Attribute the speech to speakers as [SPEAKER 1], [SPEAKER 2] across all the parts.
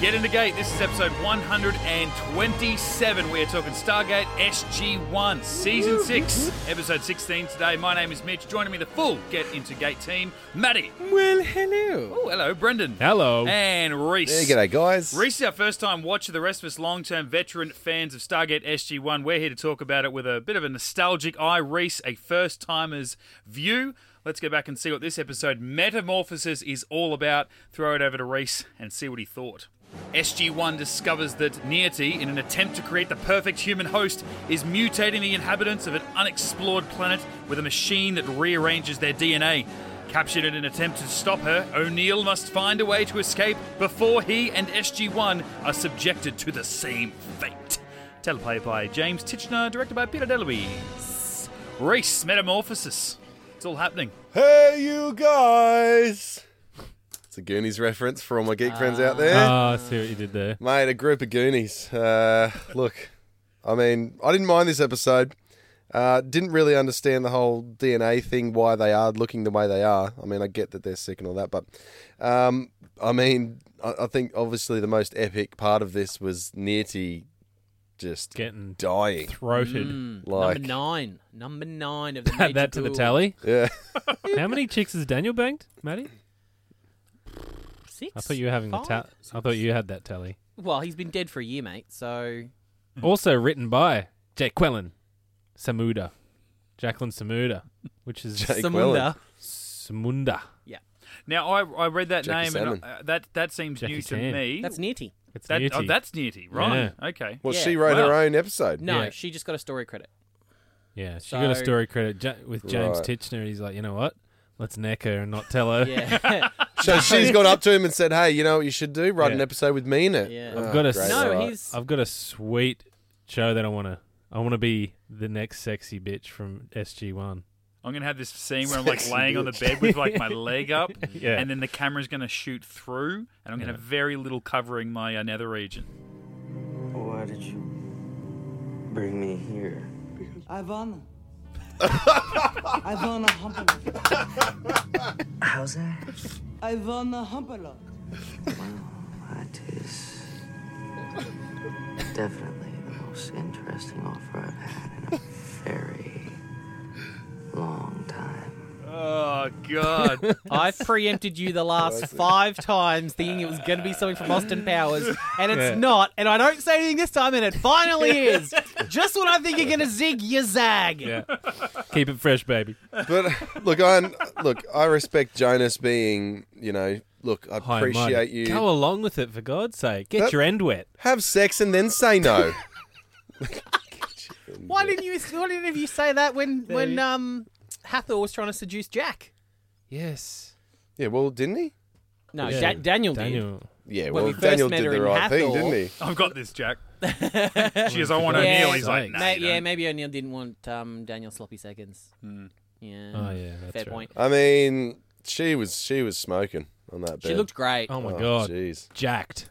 [SPEAKER 1] Get in the gate. This is episode 127. We are talking Stargate SG1, season six, episode 16 today. My name is Mitch. Joining me, the full Get Into Gate team, Maddie.
[SPEAKER 2] Well, hello.
[SPEAKER 1] Oh, hello, Brendan.
[SPEAKER 3] Hello.
[SPEAKER 1] And
[SPEAKER 2] Hey,
[SPEAKER 1] Reese.
[SPEAKER 2] g'day, guys.
[SPEAKER 1] Reese is our first time watcher. The rest of us long term veteran fans of Stargate SG1. We're here to talk about it with a bit of a nostalgic eye. Reese, a first timer's view. Let's go back and see what this episode, Metamorphosis, is all about. Throw it over to Reese and see what he thought. SG1 discovers that Neity, in an attempt to create the perfect human host, is mutating the inhabitants of an unexplored planet with a machine that rearranges their DNA. Captured in an attempt to stop her, O'Neill must find a way to escape before he and SG1 are subjected to the same fate. Teleplay by James Titchener, directed by Peter DeLuise. Reese, Metamorphosis. It's all happening.
[SPEAKER 2] Hey, you guys. It's a Goonies reference for all my geek friends out there.
[SPEAKER 3] Ah, I see what you did there.
[SPEAKER 2] Mate, a group of Goonies. Uh, look, I mean, I didn't mind this episode. Uh, didn't really understand the whole DNA thing, why they are looking the way they are. I mean, I get that they're sick and all that, but um, I mean, I, I think obviously the most epic part of this was Nearty just
[SPEAKER 3] Getting
[SPEAKER 2] dying.
[SPEAKER 3] throated.
[SPEAKER 1] Mm,
[SPEAKER 2] Like,
[SPEAKER 4] number nine. Number nine of the
[SPEAKER 3] Add that to the
[SPEAKER 4] Magicool.
[SPEAKER 3] tally.
[SPEAKER 2] yeah.
[SPEAKER 3] How many chicks has Daniel banged, Maddie?
[SPEAKER 4] Six.
[SPEAKER 3] I thought you were having the
[SPEAKER 4] Five?
[SPEAKER 3] tally. I thought you had that tally.
[SPEAKER 4] Well, he's been dead for a year, mate. So
[SPEAKER 1] Mm.
[SPEAKER 3] Also written by Jake Quellen, Samuda, Jacqueline Samuda, which is
[SPEAKER 2] Jake
[SPEAKER 4] Samunda.
[SPEAKER 3] Samunda.
[SPEAKER 1] Now, I, I read that
[SPEAKER 2] Jackie
[SPEAKER 1] name and
[SPEAKER 2] Salmon.
[SPEAKER 1] uh, that, that seems
[SPEAKER 3] Jackie
[SPEAKER 1] new to
[SPEAKER 3] Chan.
[SPEAKER 1] me.
[SPEAKER 4] That's E Nitty.
[SPEAKER 3] It's
[SPEAKER 1] That,
[SPEAKER 3] Nitty.
[SPEAKER 1] oh, that's Nearty, right? Okay.
[SPEAKER 2] Well,
[SPEAKER 4] Yeah.
[SPEAKER 2] she wrote her
[SPEAKER 1] Wow.
[SPEAKER 2] own episode.
[SPEAKER 4] No,
[SPEAKER 3] Yeah.
[SPEAKER 4] she just got a story credit.
[SPEAKER 3] yeah. She got a
[SPEAKER 4] So-
[SPEAKER 3] story credit ja- with James
[SPEAKER 2] Right.
[SPEAKER 3] Titchener. He's like, you know what? Let's neck her and not tell her.
[SPEAKER 4] Yeah.
[SPEAKER 2] So she's gone up to him and said, "Hey, you know what you should do? Write an
[SPEAKER 3] Yeah.
[SPEAKER 2] episode with me in it."
[SPEAKER 4] Yeah.
[SPEAKER 3] I've got a
[SPEAKER 2] great,
[SPEAKER 4] no,
[SPEAKER 2] alright.
[SPEAKER 4] he's
[SPEAKER 3] I've got a sweet show that I want to. I want to be the next sexy bitch from SG1.
[SPEAKER 1] I'm gonna have this scene where I'm like
[SPEAKER 2] Sexy
[SPEAKER 1] laying on the
[SPEAKER 2] bitch.
[SPEAKER 1] bed with like my leg up,
[SPEAKER 3] Yeah.
[SPEAKER 1] and then the camera's gonna shoot through, and I'm gonna have very little covering my uh, nether region.
[SPEAKER 5] Why did you bring me here?
[SPEAKER 6] Ivana. Ivana Humpala.
[SPEAKER 5] How's that?
[SPEAKER 6] Ivana Humpala.
[SPEAKER 5] That is definitely the most interesting offer I've had in a very long time.
[SPEAKER 1] Oh God!
[SPEAKER 4] I've preempted you the last five times thinking it was going to be something from Austin Powers, and it's
[SPEAKER 3] Yeah.
[SPEAKER 4] not. And I don't say anything this time, and it finally is. Just when I think you're going to zig, you zag.
[SPEAKER 3] Yeah. Keep it fresh, baby.
[SPEAKER 2] But look, I look, I respect Jonas being, you know, look, I
[SPEAKER 3] High and mighty.
[SPEAKER 2] appreciate you.
[SPEAKER 3] Go along with it, for God's sake. Get
[SPEAKER 2] That-
[SPEAKER 3] your end wet.
[SPEAKER 2] Have sex and then say no.
[SPEAKER 4] Why didn't you? Why didn't you say that when when um Hathor was trying to seduce Jack?
[SPEAKER 3] Yes.
[SPEAKER 2] yeah, well, didn't he?
[SPEAKER 4] No,
[SPEAKER 3] Yeah.
[SPEAKER 4] da- Daniel, did.
[SPEAKER 3] Daniel.
[SPEAKER 2] Yeah,
[SPEAKER 4] When
[SPEAKER 2] well,
[SPEAKER 4] we first
[SPEAKER 2] Daniel
[SPEAKER 4] met
[SPEAKER 2] did
[SPEAKER 4] her
[SPEAKER 2] the
[SPEAKER 4] in
[SPEAKER 2] right thing,
[SPEAKER 4] Hathor.
[SPEAKER 2] didn't he?
[SPEAKER 1] I've got this, Jack. She goes, "I want
[SPEAKER 4] Yeah.
[SPEAKER 1] O'Neill." He's like,
[SPEAKER 3] Sakes.
[SPEAKER 1] "Nah."
[SPEAKER 4] Ma-
[SPEAKER 1] you
[SPEAKER 4] yeah,
[SPEAKER 1] don't." Hmm.
[SPEAKER 4] maybe O'Neill didn't want um, Daniel sloppy seconds. Yeah.
[SPEAKER 3] Oh, yeah, that's
[SPEAKER 4] Fair
[SPEAKER 3] right.
[SPEAKER 4] point.
[SPEAKER 2] I mean, she was she was smoking on that bed.
[SPEAKER 4] She looked great.
[SPEAKER 3] Oh my
[SPEAKER 2] Oh,
[SPEAKER 3] God.
[SPEAKER 2] Jeez.
[SPEAKER 3] Jacked.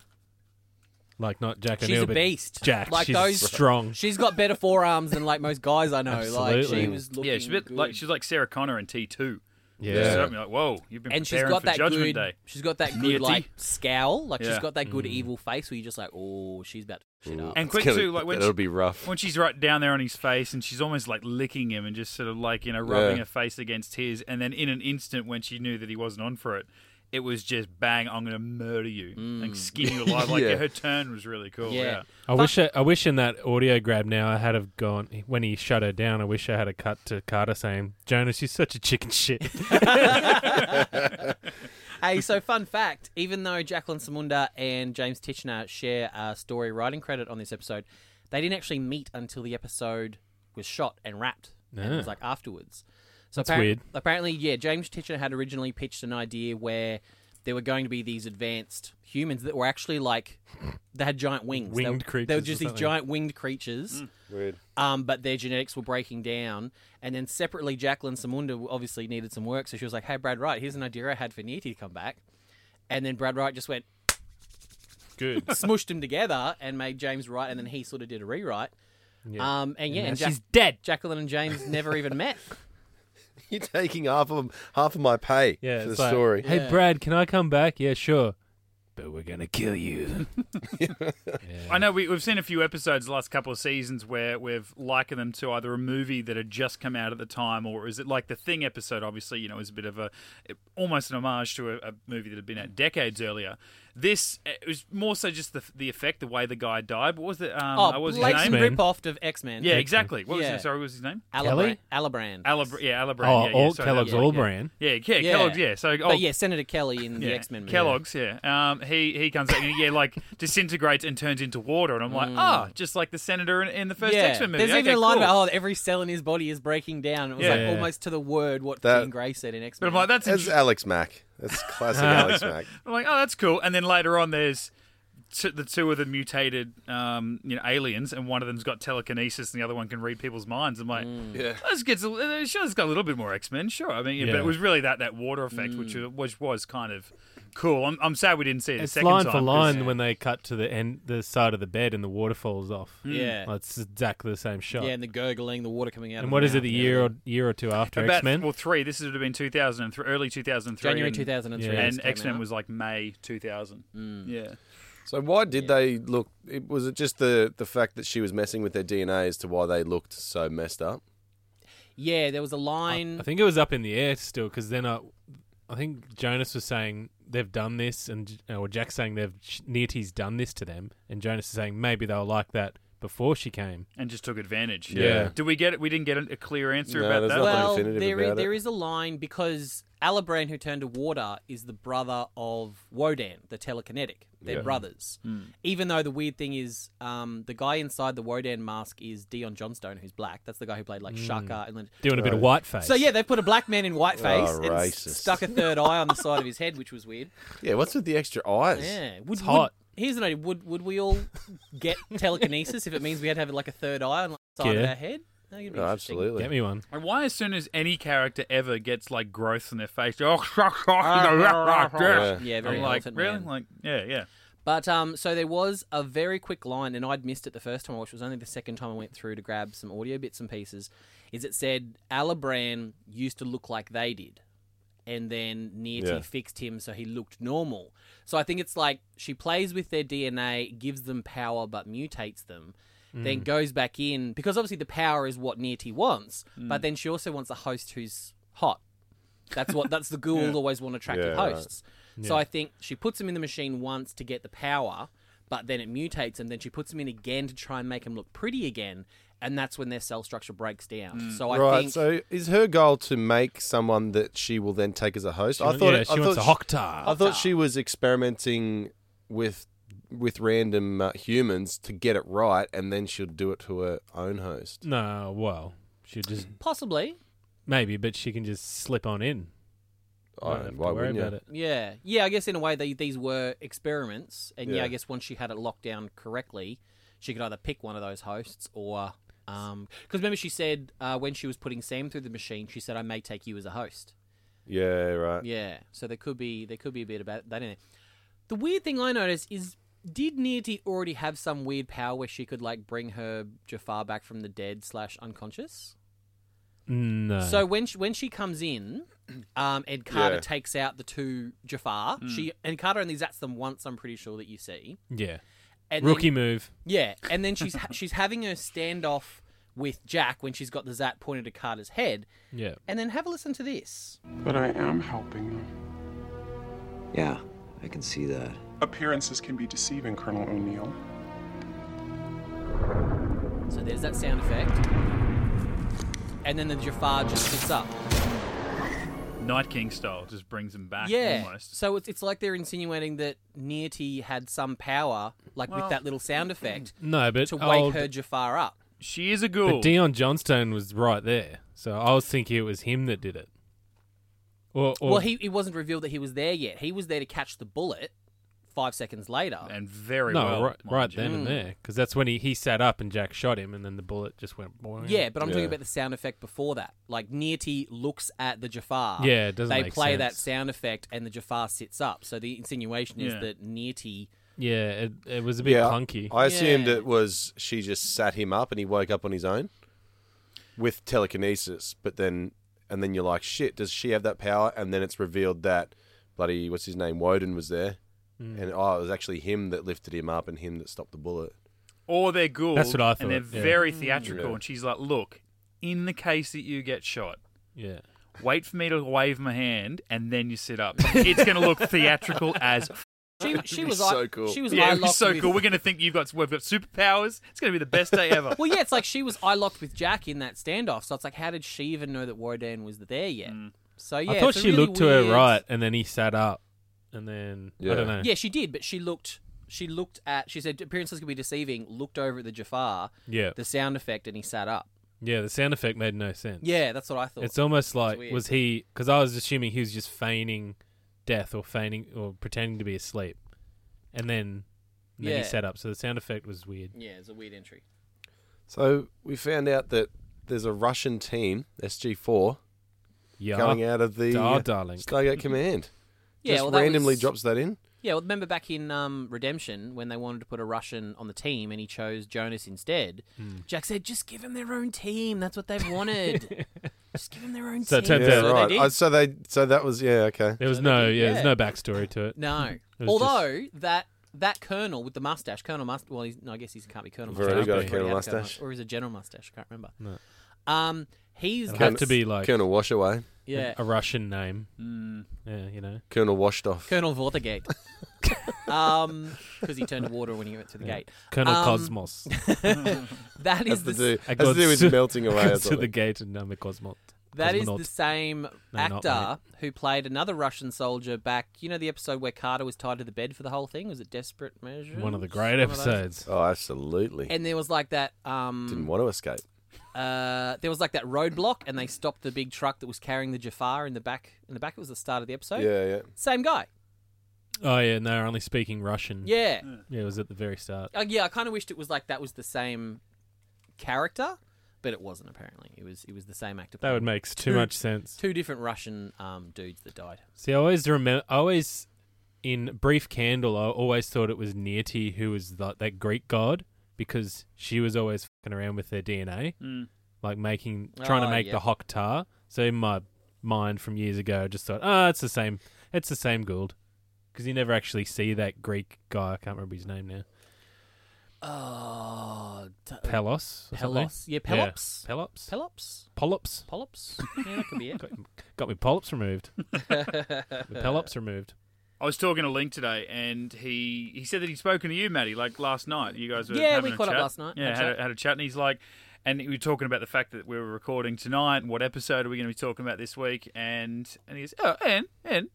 [SPEAKER 3] Like not Jack
[SPEAKER 4] She's
[SPEAKER 3] O'Neill,
[SPEAKER 4] a
[SPEAKER 3] but
[SPEAKER 4] beast.
[SPEAKER 3] Jacked.
[SPEAKER 4] Like
[SPEAKER 3] She's
[SPEAKER 4] those-
[SPEAKER 3] strong.
[SPEAKER 4] She's got better forearms than like most guys I know. Like
[SPEAKER 3] Absolutely.
[SPEAKER 4] she was looking.
[SPEAKER 1] yeah, she's a bit like she's like Sarah Connor in T2.
[SPEAKER 3] Yeah.
[SPEAKER 1] So I'm like, "Whoa, you've been
[SPEAKER 4] and she's
[SPEAKER 1] preparing
[SPEAKER 4] got
[SPEAKER 1] for
[SPEAKER 4] that
[SPEAKER 1] Judgment
[SPEAKER 4] good.
[SPEAKER 1] Day."
[SPEAKER 4] She's got that
[SPEAKER 1] Nitty.
[SPEAKER 4] good like scowl. Like
[SPEAKER 1] Yeah.
[SPEAKER 4] she's got that good
[SPEAKER 3] Mm.
[SPEAKER 4] evil face where you're just like, oh, she's about to shit up.
[SPEAKER 1] And quick
[SPEAKER 2] It's gonna-
[SPEAKER 1] too, like when
[SPEAKER 2] that'll
[SPEAKER 1] she,
[SPEAKER 2] be rough.
[SPEAKER 1] when she's right down there on his face, and she's almost like licking him and just sort of like you know rubbing
[SPEAKER 2] Yeah.
[SPEAKER 1] her face against his, and then in an instant when she knew that he wasn't on for it. It was just bang! I'm gonna murder you and skin you alive. Like
[SPEAKER 2] Yeah.
[SPEAKER 1] her turn was really cool.
[SPEAKER 4] Mm. Yeah.
[SPEAKER 1] yeah.
[SPEAKER 3] I wish I, I wish in that audio grab now I had have gone when he shut her down. I wish I had a cut to Carter saying, "Jonas, you're such a chicken shit."
[SPEAKER 4] hey, so fun fact: even though Jacqueline Samunda and James Titchener share uh, story writing credit on this episode, they didn't actually meet until the episode was shot and wrapped. And it was
[SPEAKER 3] Ah.
[SPEAKER 4] like afterwards. So
[SPEAKER 3] That's weird.
[SPEAKER 4] Apparently, yeah, James Titchener had originally pitched an idea where there were going to be these advanced humans that were actually like they had giant wings. They
[SPEAKER 3] Winged
[SPEAKER 4] were- They
[SPEAKER 3] creatures
[SPEAKER 4] were
[SPEAKER 3] or
[SPEAKER 4] just these
[SPEAKER 3] something.
[SPEAKER 4] giant winged creatures
[SPEAKER 2] Weird.
[SPEAKER 4] um, but their genetics were breaking down. And then separately, Jacqueline Samunda obviously needed some work, so she was like, "Hey, Brad Wright, here's an idea I had for Niti to come back." And then Brad Wright just went
[SPEAKER 3] Good.
[SPEAKER 4] smushed them together and made James Wright, and then he sort of did a rewrite.
[SPEAKER 3] Yeah.
[SPEAKER 4] Um, and yeah, and,
[SPEAKER 3] now
[SPEAKER 4] Jack-
[SPEAKER 3] she's dead.
[SPEAKER 4] Jacqueline and James never even met.
[SPEAKER 2] You're taking half of half of my pay
[SPEAKER 3] Yeah,
[SPEAKER 2] for the
[SPEAKER 3] it's like,
[SPEAKER 2] story.
[SPEAKER 3] Hey, Brad, can I come back? Yeah, sure. but we're gonna kill you.
[SPEAKER 1] I know we, we've seen a few episodes the last couple of seasons where we've likened them to either a movie that had just come out at the time, or is it like the Thing episode? Obviously, you know, is a bit of a almost an homage to a, a movie that had been out decades earlier. This eh, it was more so just the the effect, the way the guy died. What was it? Um,
[SPEAKER 4] Oh,
[SPEAKER 1] what was his
[SPEAKER 4] blatant
[SPEAKER 1] name?
[SPEAKER 3] X-Men.
[SPEAKER 4] rip-off of X-Men.
[SPEAKER 1] Yeah, exactly. What was
[SPEAKER 4] Yeah.
[SPEAKER 1] it? Sorry, what was his name?
[SPEAKER 4] Alibra- Alibrand.
[SPEAKER 1] Alibra- yeah, Alibrand.
[SPEAKER 3] oh,
[SPEAKER 1] yeah, yeah,
[SPEAKER 3] all
[SPEAKER 1] sorry,
[SPEAKER 3] Kellogg's
[SPEAKER 1] Alibrand.
[SPEAKER 3] all brand.
[SPEAKER 1] Yeah, yeah, yeah,
[SPEAKER 4] Yeah.
[SPEAKER 1] Kellogg. Yeah, so oh,
[SPEAKER 4] But yeah, Senator Kelly in the
[SPEAKER 1] yeah,
[SPEAKER 4] X-Men movie.
[SPEAKER 1] Kellogg's, yeah. Um, he he comes out, and, yeah, like disintegrates and turns into water, and I'm like, ah, just like the senator in, in the first
[SPEAKER 4] Mm. Yeah.
[SPEAKER 1] X-Men movie.
[SPEAKER 4] There's
[SPEAKER 1] Okay,
[SPEAKER 4] even a line
[SPEAKER 1] cool.
[SPEAKER 4] about oh, every cell in his body is breaking down. It was
[SPEAKER 1] Yeah.
[SPEAKER 4] like
[SPEAKER 1] Yeah.
[SPEAKER 4] almost to the word what
[SPEAKER 2] That-
[SPEAKER 4] Jean Grey said in X-Men.
[SPEAKER 1] But I'm like, that's
[SPEAKER 2] That's
[SPEAKER 1] inter-
[SPEAKER 2] Alex Mack. That's classic Alex Mack.
[SPEAKER 1] I'm like, oh, that's cool. And then later on, there's t- the two of the mutated, um, you know, aliens, and one of them's got telekinesis, and the other one can read people's minds. I'm like,
[SPEAKER 4] Mm.
[SPEAKER 2] Yeah.
[SPEAKER 1] this gets a, uh, sure, it's got a little bit more X Men, sure. I mean, yeah, but
[SPEAKER 3] Yeah.
[SPEAKER 1] it was really that that water effect, which
[SPEAKER 4] Mm.
[SPEAKER 1] was- which was kind of cool. I'm, I'm sad we didn't see it a
[SPEAKER 3] It's
[SPEAKER 1] second
[SPEAKER 3] line
[SPEAKER 1] time.
[SPEAKER 3] for
[SPEAKER 1] 'cause-
[SPEAKER 3] line when they cut to the end, the side of the bed, and the water falls off.
[SPEAKER 4] Yeah.
[SPEAKER 3] Well, it's exactly the same shot.
[SPEAKER 4] yeah, and the gurgling, the water coming out.
[SPEAKER 3] and
[SPEAKER 4] of
[SPEAKER 3] what is it? A
[SPEAKER 4] the
[SPEAKER 3] year or year or two after
[SPEAKER 1] About
[SPEAKER 3] X Men?
[SPEAKER 1] well, three. This would have been 2003, early 2003,
[SPEAKER 4] January
[SPEAKER 1] and-
[SPEAKER 4] 2003.
[SPEAKER 3] Yeah.
[SPEAKER 4] this
[SPEAKER 1] and
[SPEAKER 4] came
[SPEAKER 1] X Men
[SPEAKER 4] out.
[SPEAKER 1] was like May 2000.
[SPEAKER 4] Mm.
[SPEAKER 1] Yeah.
[SPEAKER 2] So why did they look? It, was it just the the fact that she was messing with their DNA as to why they looked so messed up?
[SPEAKER 4] Yeah, there was a line.
[SPEAKER 3] I think it was up in the air still because then I, I think Jonas was saying they've done this, and uh, or Jack saying they've Nearty's done this to them, and Jonas is saying maybe they were like that before she came.
[SPEAKER 1] And just took advantage.
[SPEAKER 3] Yeah.
[SPEAKER 1] Did we get it? We didn't get a a clear answer
[SPEAKER 2] No,
[SPEAKER 1] about
[SPEAKER 2] there's
[SPEAKER 1] that.
[SPEAKER 2] nothing
[SPEAKER 4] well,
[SPEAKER 2] definitive
[SPEAKER 4] there is,
[SPEAKER 2] about it.
[SPEAKER 4] there is a line because Alibrand, who turned to water, is the brother of Wodan, the telekinetic. They're
[SPEAKER 2] Yeah.
[SPEAKER 4] brothers.
[SPEAKER 1] Hmm.
[SPEAKER 4] Even though the weird thing is, um, the guy inside the Wodan mask is Dion Johnstone, who's black. That's the guy who played like Shaka and. Lin-
[SPEAKER 3] Doing a bit of white face.
[SPEAKER 4] So yeah, they put a black man in whiteface
[SPEAKER 2] Oh,
[SPEAKER 4] and s-
[SPEAKER 2] racist.
[SPEAKER 4] stuck a third eye on the side of his head, which was weird.
[SPEAKER 2] Yeah. What's with the extra eyes?
[SPEAKER 4] Yeah, would,
[SPEAKER 3] hot.
[SPEAKER 4] Would, here's an idea: would would we all get telekinesis if it means we had to have like a third eye on the side of
[SPEAKER 3] Yeah.
[SPEAKER 4] our head? No, you'd be
[SPEAKER 2] No,
[SPEAKER 4] interesting.
[SPEAKER 2] Oh, absolutely.
[SPEAKER 3] get me one.
[SPEAKER 1] And why, as soon as any character ever gets like growth in their face, you're, oh, shuck, shuck,
[SPEAKER 3] Ah,
[SPEAKER 1] you know, rah, rah, rah."
[SPEAKER 4] Yeah, very
[SPEAKER 1] I'm like,
[SPEAKER 4] elephant
[SPEAKER 1] really?
[SPEAKER 4] man.
[SPEAKER 1] Like, yeah, yeah.
[SPEAKER 4] But um, so there was a very quick line, and I'd missed it the first time I watched. It was only the second time I went through to grab some audio bits and pieces. Is it said Alibran used to look like they did, and then Nearty
[SPEAKER 2] Yeah.
[SPEAKER 4] fixed him so he looked normal. So I think it's like she plays with their DNA, gives them power, but mutates them. Then goes back in because obviously the power is what Nearty wants, but then she also wants a host who's hot. That's what that's the ghoul always want attractive
[SPEAKER 2] Yeah, right.
[SPEAKER 4] hosts. So I think she puts him in the machine once to get the power, but then it mutates him. Then she puts him in again to try and make him look pretty again, and that's when their cell structure breaks down. So I
[SPEAKER 2] right.
[SPEAKER 4] think
[SPEAKER 2] So is her goal to make someone that she will then take as a host? I
[SPEAKER 3] want-
[SPEAKER 2] thought.
[SPEAKER 3] yeah,
[SPEAKER 2] it,
[SPEAKER 3] she
[SPEAKER 2] I
[SPEAKER 3] wants
[SPEAKER 2] thought
[SPEAKER 3] a Hoktar.
[SPEAKER 2] I thought she was experimenting with with random uh, humans to get it right, and then she'll do it to her own host.
[SPEAKER 3] No, well, she just
[SPEAKER 4] possibly,
[SPEAKER 3] maybe, but she can just slip on in.
[SPEAKER 2] I
[SPEAKER 3] Don't
[SPEAKER 2] don't-
[SPEAKER 3] have to
[SPEAKER 2] Oh, why
[SPEAKER 3] worry
[SPEAKER 2] wouldn't you?
[SPEAKER 3] about it.
[SPEAKER 4] yeah, yeah. I guess in a way they, these were experiments, and yeah.
[SPEAKER 2] Yeah.
[SPEAKER 4] I guess once she had it locked down correctly, she could either pick one of those hosts or. Because remember, she said uh, when she was putting Sam through the machine, she said, "I may take you as a host."
[SPEAKER 2] Yeah. Right.
[SPEAKER 4] Yeah, so there could be there could be a bit about that in it. The weird thing I noticed is did Nearty already have some weird power where she could like bring her Jafar back from the dead slash unconscious?
[SPEAKER 3] No.
[SPEAKER 4] So when she, when she comes in, um, and Carter
[SPEAKER 2] Yeah.
[SPEAKER 4] takes out the two Jafar. She and Carter only zats them once. I'm pretty sure that you see.
[SPEAKER 3] yeah,
[SPEAKER 4] And then-
[SPEAKER 3] rookie move.
[SPEAKER 4] yeah, and then she's ha- she's having her standoff with Jack when she's got the zat pointed to Carter's head.
[SPEAKER 3] Yeah.
[SPEAKER 4] And then have a listen to this.
[SPEAKER 7] But I am helping them.
[SPEAKER 5] Yeah, I can see that.
[SPEAKER 7] Appearances can be deceiving, Colonel O'Neill.
[SPEAKER 4] So there's that sound effect. And then the Jafar just sits up.
[SPEAKER 1] Night King style just brings them back
[SPEAKER 4] yeah.
[SPEAKER 1] almost.
[SPEAKER 4] So it's, it's like they're insinuating that Nearty had some power, like with that little sound effect,
[SPEAKER 3] No, but
[SPEAKER 4] to wake
[SPEAKER 3] old,
[SPEAKER 4] her Jafar up.
[SPEAKER 1] She is a ghoul.
[SPEAKER 3] But Dion Johnstone was right there, so I was thinking it was him that did it. Or, or
[SPEAKER 4] Well, he, it wasn't revealed that he was there yet. He was there to catch the bullet five seconds later.
[SPEAKER 1] and very
[SPEAKER 3] no,
[SPEAKER 1] well.
[SPEAKER 3] right,
[SPEAKER 1] mind
[SPEAKER 3] right
[SPEAKER 1] you.
[SPEAKER 3] then and there, because that's when he, he sat up and Jack shot him, and then the bullet just went. boing.
[SPEAKER 4] yeah, but I'm talking
[SPEAKER 2] Yeah.
[SPEAKER 4] about the sound effect before that. Like Nearty looks at the Jafar.
[SPEAKER 3] Yeah, it doesn't
[SPEAKER 4] They
[SPEAKER 3] make
[SPEAKER 4] play that
[SPEAKER 3] sense.
[SPEAKER 4] sound effect, and the Jafar sits up. So the insinuation is
[SPEAKER 1] Yeah.
[SPEAKER 4] that Nearty.
[SPEAKER 3] yeah, it, it was a bit clunky.
[SPEAKER 2] I assumed
[SPEAKER 4] Yeah.
[SPEAKER 2] it was she just sat him up and he woke up on his own with telekinesis, but then and then you're like, shit, does she have that power? And then it's revealed that bloody what's his name, Woden was there
[SPEAKER 3] Hmm.
[SPEAKER 2] and oh, it was actually him that lifted him up and him that stopped the bullet.
[SPEAKER 1] Mm. Or they're good.
[SPEAKER 3] That's what I
[SPEAKER 1] And they're
[SPEAKER 3] thought, yeah.
[SPEAKER 1] very
[SPEAKER 4] Mm.
[SPEAKER 1] theatrical.
[SPEAKER 2] Yeah.
[SPEAKER 1] And she's like, look, in the case that you get shot,
[SPEAKER 4] Uh,
[SPEAKER 3] Yeah.
[SPEAKER 1] wait for me to wave my hand and then you sit up. It's going to look theatrical as f-
[SPEAKER 4] She, she was
[SPEAKER 2] so
[SPEAKER 4] eye-
[SPEAKER 2] cool.
[SPEAKER 4] She was
[SPEAKER 1] yeah,
[SPEAKER 4] eye
[SPEAKER 1] it'd be
[SPEAKER 4] locked
[SPEAKER 1] so
[SPEAKER 4] with-
[SPEAKER 1] cool. We're going to think you've got we've got superpowers. It's going to be the best day ever.
[SPEAKER 4] Well, yeah, it's like she was eye locked with Jack in that standoff. So it's like, how did she even know that Wodan was there yet? So yeah,
[SPEAKER 3] Mm. I thought
[SPEAKER 4] it's a
[SPEAKER 3] she
[SPEAKER 4] really
[SPEAKER 3] looked to her
[SPEAKER 4] weird-
[SPEAKER 3] right, and then he sat up, and then I
[SPEAKER 2] Yeah.
[SPEAKER 3] don't know.
[SPEAKER 4] Yeah, she did, but she looked. She looked at. She said appearances could be deceiving. Looked over at the Jafar,
[SPEAKER 3] yeah,
[SPEAKER 4] the sound effect, and he sat up.
[SPEAKER 3] yeah. The sound effect made no sense.
[SPEAKER 4] Yeah, that's what I thought.
[SPEAKER 3] it's almost like
[SPEAKER 4] weird.
[SPEAKER 3] was he? Because I was assuming he was just feigning death or feigning or pretending to be asleep, and then and then
[SPEAKER 4] Yeah.
[SPEAKER 3] he sat up. So the sound effect was weird.
[SPEAKER 4] yeah, it's a weird entry.
[SPEAKER 2] So we found out that there's a Russian team, SG4,
[SPEAKER 3] Yeah,
[SPEAKER 2] coming out of the
[SPEAKER 3] Dar-
[SPEAKER 2] uh,
[SPEAKER 3] darling.
[SPEAKER 2] Stargate Command.
[SPEAKER 4] Yeah,
[SPEAKER 2] Just
[SPEAKER 4] well, that
[SPEAKER 2] randomly
[SPEAKER 4] was-
[SPEAKER 2] drops that in.
[SPEAKER 4] Yeah, well, remember back in um, Redemption when they wanted to put a Russian on the team and he chose Jonas instead.
[SPEAKER 3] Mm.
[SPEAKER 4] Jack said, "Just give them their own team. That's what they've wanted. Just give them their own
[SPEAKER 3] So it
[SPEAKER 4] team."
[SPEAKER 3] turns
[SPEAKER 2] Yeah,
[SPEAKER 3] out-
[SPEAKER 2] right.
[SPEAKER 4] they did.
[SPEAKER 2] Uh, so they, so that was yeah, okay.
[SPEAKER 3] There was
[SPEAKER 4] So they
[SPEAKER 3] no
[SPEAKER 4] did-
[SPEAKER 3] yeah, there's
[SPEAKER 4] yeah.
[SPEAKER 3] no backstory to it.
[SPEAKER 4] No.
[SPEAKER 3] was
[SPEAKER 4] Although that that colonel with the mustache, Colonel Must, well, he's, no, I guess he can't be Colonel.
[SPEAKER 2] We've already
[SPEAKER 3] got a
[SPEAKER 4] Mustache. He's
[SPEAKER 2] Colonel
[SPEAKER 4] had
[SPEAKER 2] Mustache.
[SPEAKER 4] or is it General Mustache? I can't remember. Um, he's
[SPEAKER 3] It'd
[SPEAKER 4] got-
[SPEAKER 3] have to be like
[SPEAKER 2] Colonel eh? Washaway,
[SPEAKER 4] yeah, Mm.
[SPEAKER 3] a Russian name. Yeah, you know.
[SPEAKER 2] Colonel Washtoff.
[SPEAKER 4] Colonel Vortigate. um, because he turned to water when he went through the gate.
[SPEAKER 3] Colonel
[SPEAKER 4] Um,
[SPEAKER 3] Cosmos.
[SPEAKER 4] That
[SPEAKER 2] Has
[SPEAKER 4] is
[SPEAKER 2] to
[SPEAKER 4] the
[SPEAKER 2] do,
[SPEAKER 4] s-
[SPEAKER 2] has
[SPEAKER 3] got
[SPEAKER 2] to do
[SPEAKER 3] so-
[SPEAKER 2] with melting away. or
[SPEAKER 3] Goes to the
[SPEAKER 2] something.
[SPEAKER 3] gate and I'm a Cosmos.
[SPEAKER 4] that is the
[SPEAKER 3] cosmonaut.
[SPEAKER 4] same
[SPEAKER 3] No, not
[SPEAKER 4] actor who played another Russian soldier back. You know the episode where Carter was tied to the bed for the whole thing. Was it Desperate Measures?
[SPEAKER 3] One of the great
[SPEAKER 4] those.
[SPEAKER 3] episodes.
[SPEAKER 2] Oh, absolutely.
[SPEAKER 4] And there was like that. Um,
[SPEAKER 2] Didn't want to escape.
[SPEAKER 4] uh, there was like that roadblock, and they stopped the big truck that was carrying the Jafar in the back. In the back, it was the start of the episode.
[SPEAKER 2] Yeah, yeah.
[SPEAKER 4] Same guy.
[SPEAKER 3] Oh yeah, no, only speaking Russian.
[SPEAKER 4] Yeah,
[SPEAKER 3] Yeah, it was at the very start.
[SPEAKER 4] Uh, yeah. I kind of wished it was like that was the same character, but it wasn't. Apparently, it was it was the same actor.
[SPEAKER 3] That would
[SPEAKER 4] playing
[SPEAKER 3] make too
[SPEAKER 4] Two-
[SPEAKER 3] much sense.
[SPEAKER 4] two different Russian um, dudes that died.
[SPEAKER 3] See, I always remember. I always in Brief Candle, I always thought it was Neity who was like that Greek god because she was always fucking around with their DNA, like making trying
[SPEAKER 4] Mm. Oh,
[SPEAKER 3] to make
[SPEAKER 4] yeah.
[SPEAKER 3] the Hoktar. So in my mind from years ago, I just thought, oh, it's the same. It's the same Gould. Because you never actually see that Greek guy. I can't remember his name now.
[SPEAKER 4] Oh, t-
[SPEAKER 3] Pelos. or something?
[SPEAKER 4] Pelos. Yeah, Pelops.
[SPEAKER 3] Pelops.
[SPEAKER 4] Pelops,
[SPEAKER 3] Polyps.
[SPEAKER 4] polyps. Yeah, that could be it.
[SPEAKER 3] Got me polyps removed. my polyps removed.
[SPEAKER 1] I was talking to Link today, and he he said that he'd spoken to you, Matty, like last night. You guys were
[SPEAKER 4] Yeah,
[SPEAKER 1] having
[SPEAKER 4] we
[SPEAKER 1] a
[SPEAKER 4] caught up
[SPEAKER 1] chat.
[SPEAKER 4] last night,
[SPEAKER 1] Yeah,
[SPEAKER 4] had a
[SPEAKER 1] had
[SPEAKER 4] chat.
[SPEAKER 1] a, had a chat, and he's like, and we were talking about the fact that we were recording tonight, and what episode are we going to be talking about this week? And and he goes, oh, and and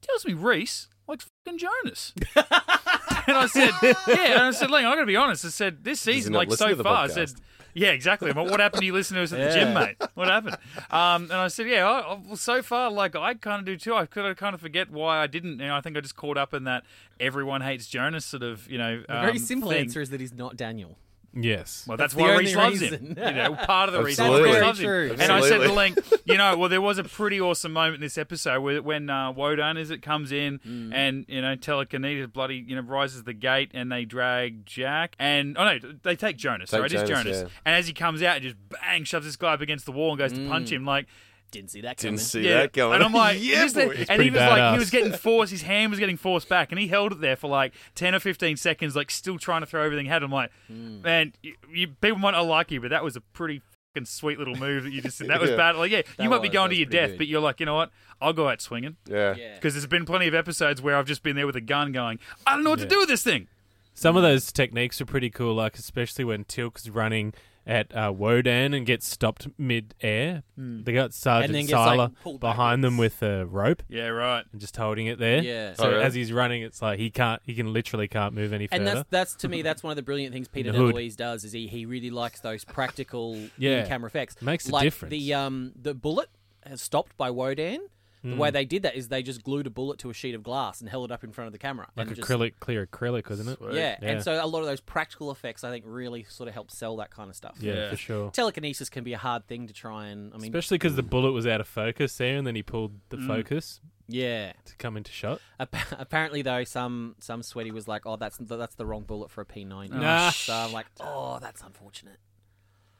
[SPEAKER 1] tells me Reese likes fucking Jonas. and I said, yeah, and I said, Link, I got to be honest. I said this season,
[SPEAKER 2] not
[SPEAKER 1] like
[SPEAKER 2] listen
[SPEAKER 1] so
[SPEAKER 2] to the
[SPEAKER 1] far, I
[SPEAKER 2] podcast?
[SPEAKER 1] said. Yeah, exactly. Well, what happened to you listeners at the gym, mate? What happened? Um, and I said, yeah, I, I, well, so far, like I kind of do too. I could I kind of forget why I didn't. And I think I just caught up in that everyone hates Jonas sort of, you know.
[SPEAKER 4] The
[SPEAKER 1] um,
[SPEAKER 4] very simple
[SPEAKER 1] thing.
[SPEAKER 4] answer is that he's not Daniel.
[SPEAKER 3] Yes.
[SPEAKER 1] Well, that's,
[SPEAKER 4] That's the
[SPEAKER 1] why
[SPEAKER 4] only
[SPEAKER 1] Reese loves him.
[SPEAKER 4] reason.
[SPEAKER 1] You know, part of the reason
[SPEAKER 2] Absolutely.
[SPEAKER 1] Reese
[SPEAKER 2] That's
[SPEAKER 1] loves
[SPEAKER 4] very
[SPEAKER 1] him.
[SPEAKER 4] true.
[SPEAKER 1] And I said to
[SPEAKER 2] Absolutely.
[SPEAKER 1] Link, you know, well, there was a pretty awesome moment in this episode where when uh, Wodan is it comes in
[SPEAKER 4] Mm.
[SPEAKER 1] and you know telekinesis bloody you know rises the gate and they drag Jack and oh no, they take Jonas.
[SPEAKER 2] Take
[SPEAKER 1] right, it is
[SPEAKER 2] Jonas,
[SPEAKER 1] Jonas.
[SPEAKER 2] yeah.
[SPEAKER 1] And as he comes out, just bang shoves this guy up against the wall and goes to
[SPEAKER 4] Mm.
[SPEAKER 1] punch him like.
[SPEAKER 4] Didn't see that coming.
[SPEAKER 2] Didn't see
[SPEAKER 1] Yeah,
[SPEAKER 2] that going.
[SPEAKER 1] and I'm like,
[SPEAKER 2] yeah,
[SPEAKER 1] is that-
[SPEAKER 2] boy.
[SPEAKER 1] and he
[SPEAKER 3] pretty
[SPEAKER 1] was like, he
[SPEAKER 3] badass.
[SPEAKER 1] was getting forced. His hand was getting forced back, and he held it there for like ten or fifteen seconds, like still trying to throw everything at him. Like, man, you, you, people might not like you, but that was a pretty fucking sweet little move that you just did. That was
[SPEAKER 2] Yeah.
[SPEAKER 1] bad. Like, yeah, you might be
[SPEAKER 4] was-
[SPEAKER 1] going to
[SPEAKER 4] that was
[SPEAKER 1] your
[SPEAKER 4] pretty
[SPEAKER 1] death,
[SPEAKER 4] good.
[SPEAKER 1] but you're like, you know what? I'll go out swinging
[SPEAKER 2] Yeah.
[SPEAKER 4] Yeah.
[SPEAKER 1] because there's been plenty of episodes where I've just been there with a gun, going, I don't know what to
[SPEAKER 3] Yeah.
[SPEAKER 1] do with this thing.
[SPEAKER 3] Some
[SPEAKER 4] Mm.
[SPEAKER 3] of those techniques are pretty cool, like especially when Tilk's running at uh, Wodan and gets stopped mid-air. They got Sergeant
[SPEAKER 4] Mm. then gets,
[SPEAKER 3] Sala
[SPEAKER 4] like, pulled
[SPEAKER 3] behind them with a rope
[SPEAKER 1] Yeah, right.
[SPEAKER 3] and just holding it there.
[SPEAKER 4] Yeah.
[SPEAKER 3] So
[SPEAKER 2] Oh, really?
[SPEAKER 3] as he's running, it's like he can't, he can literally can't move any
[SPEAKER 4] And
[SPEAKER 3] further.
[SPEAKER 4] that's that's to me that's one of the brilliant things Peter
[SPEAKER 3] the hood.
[SPEAKER 4] DeLuise does is he, he really likes those practical
[SPEAKER 3] Yeah.
[SPEAKER 4] camera effects.
[SPEAKER 3] Makes a
[SPEAKER 4] like
[SPEAKER 3] difference.
[SPEAKER 4] The um the bullet has stopped by Wodan. The
[SPEAKER 3] Mm.
[SPEAKER 4] way they did that is they just glued a bullet to a sheet of glass and held it up in front of the camera.
[SPEAKER 3] like
[SPEAKER 4] and just-
[SPEAKER 3] acrylic, clear acrylic, isn't it?
[SPEAKER 4] Yeah.
[SPEAKER 3] Yeah.
[SPEAKER 4] and so a lot of those practical effects I think really sort of help sell that kind of stuff.
[SPEAKER 3] Yeah,
[SPEAKER 1] Yeah.
[SPEAKER 3] for sure.
[SPEAKER 4] Telekinesis can be a hard thing to try and I mean Mm.
[SPEAKER 3] Especially because
[SPEAKER 2] Mm.
[SPEAKER 3] the bullet was out of focus there, and then he pulled the focus
[SPEAKER 4] yeah.
[SPEAKER 3] to come into shot.
[SPEAKER 4] Appa- Apparently though some some sweaty was like oh that's that's the wrong bullet for a P90.
[SPEAKER 3] Nah.
[SPEAKER 4] So I'm like oh that's unfortunate.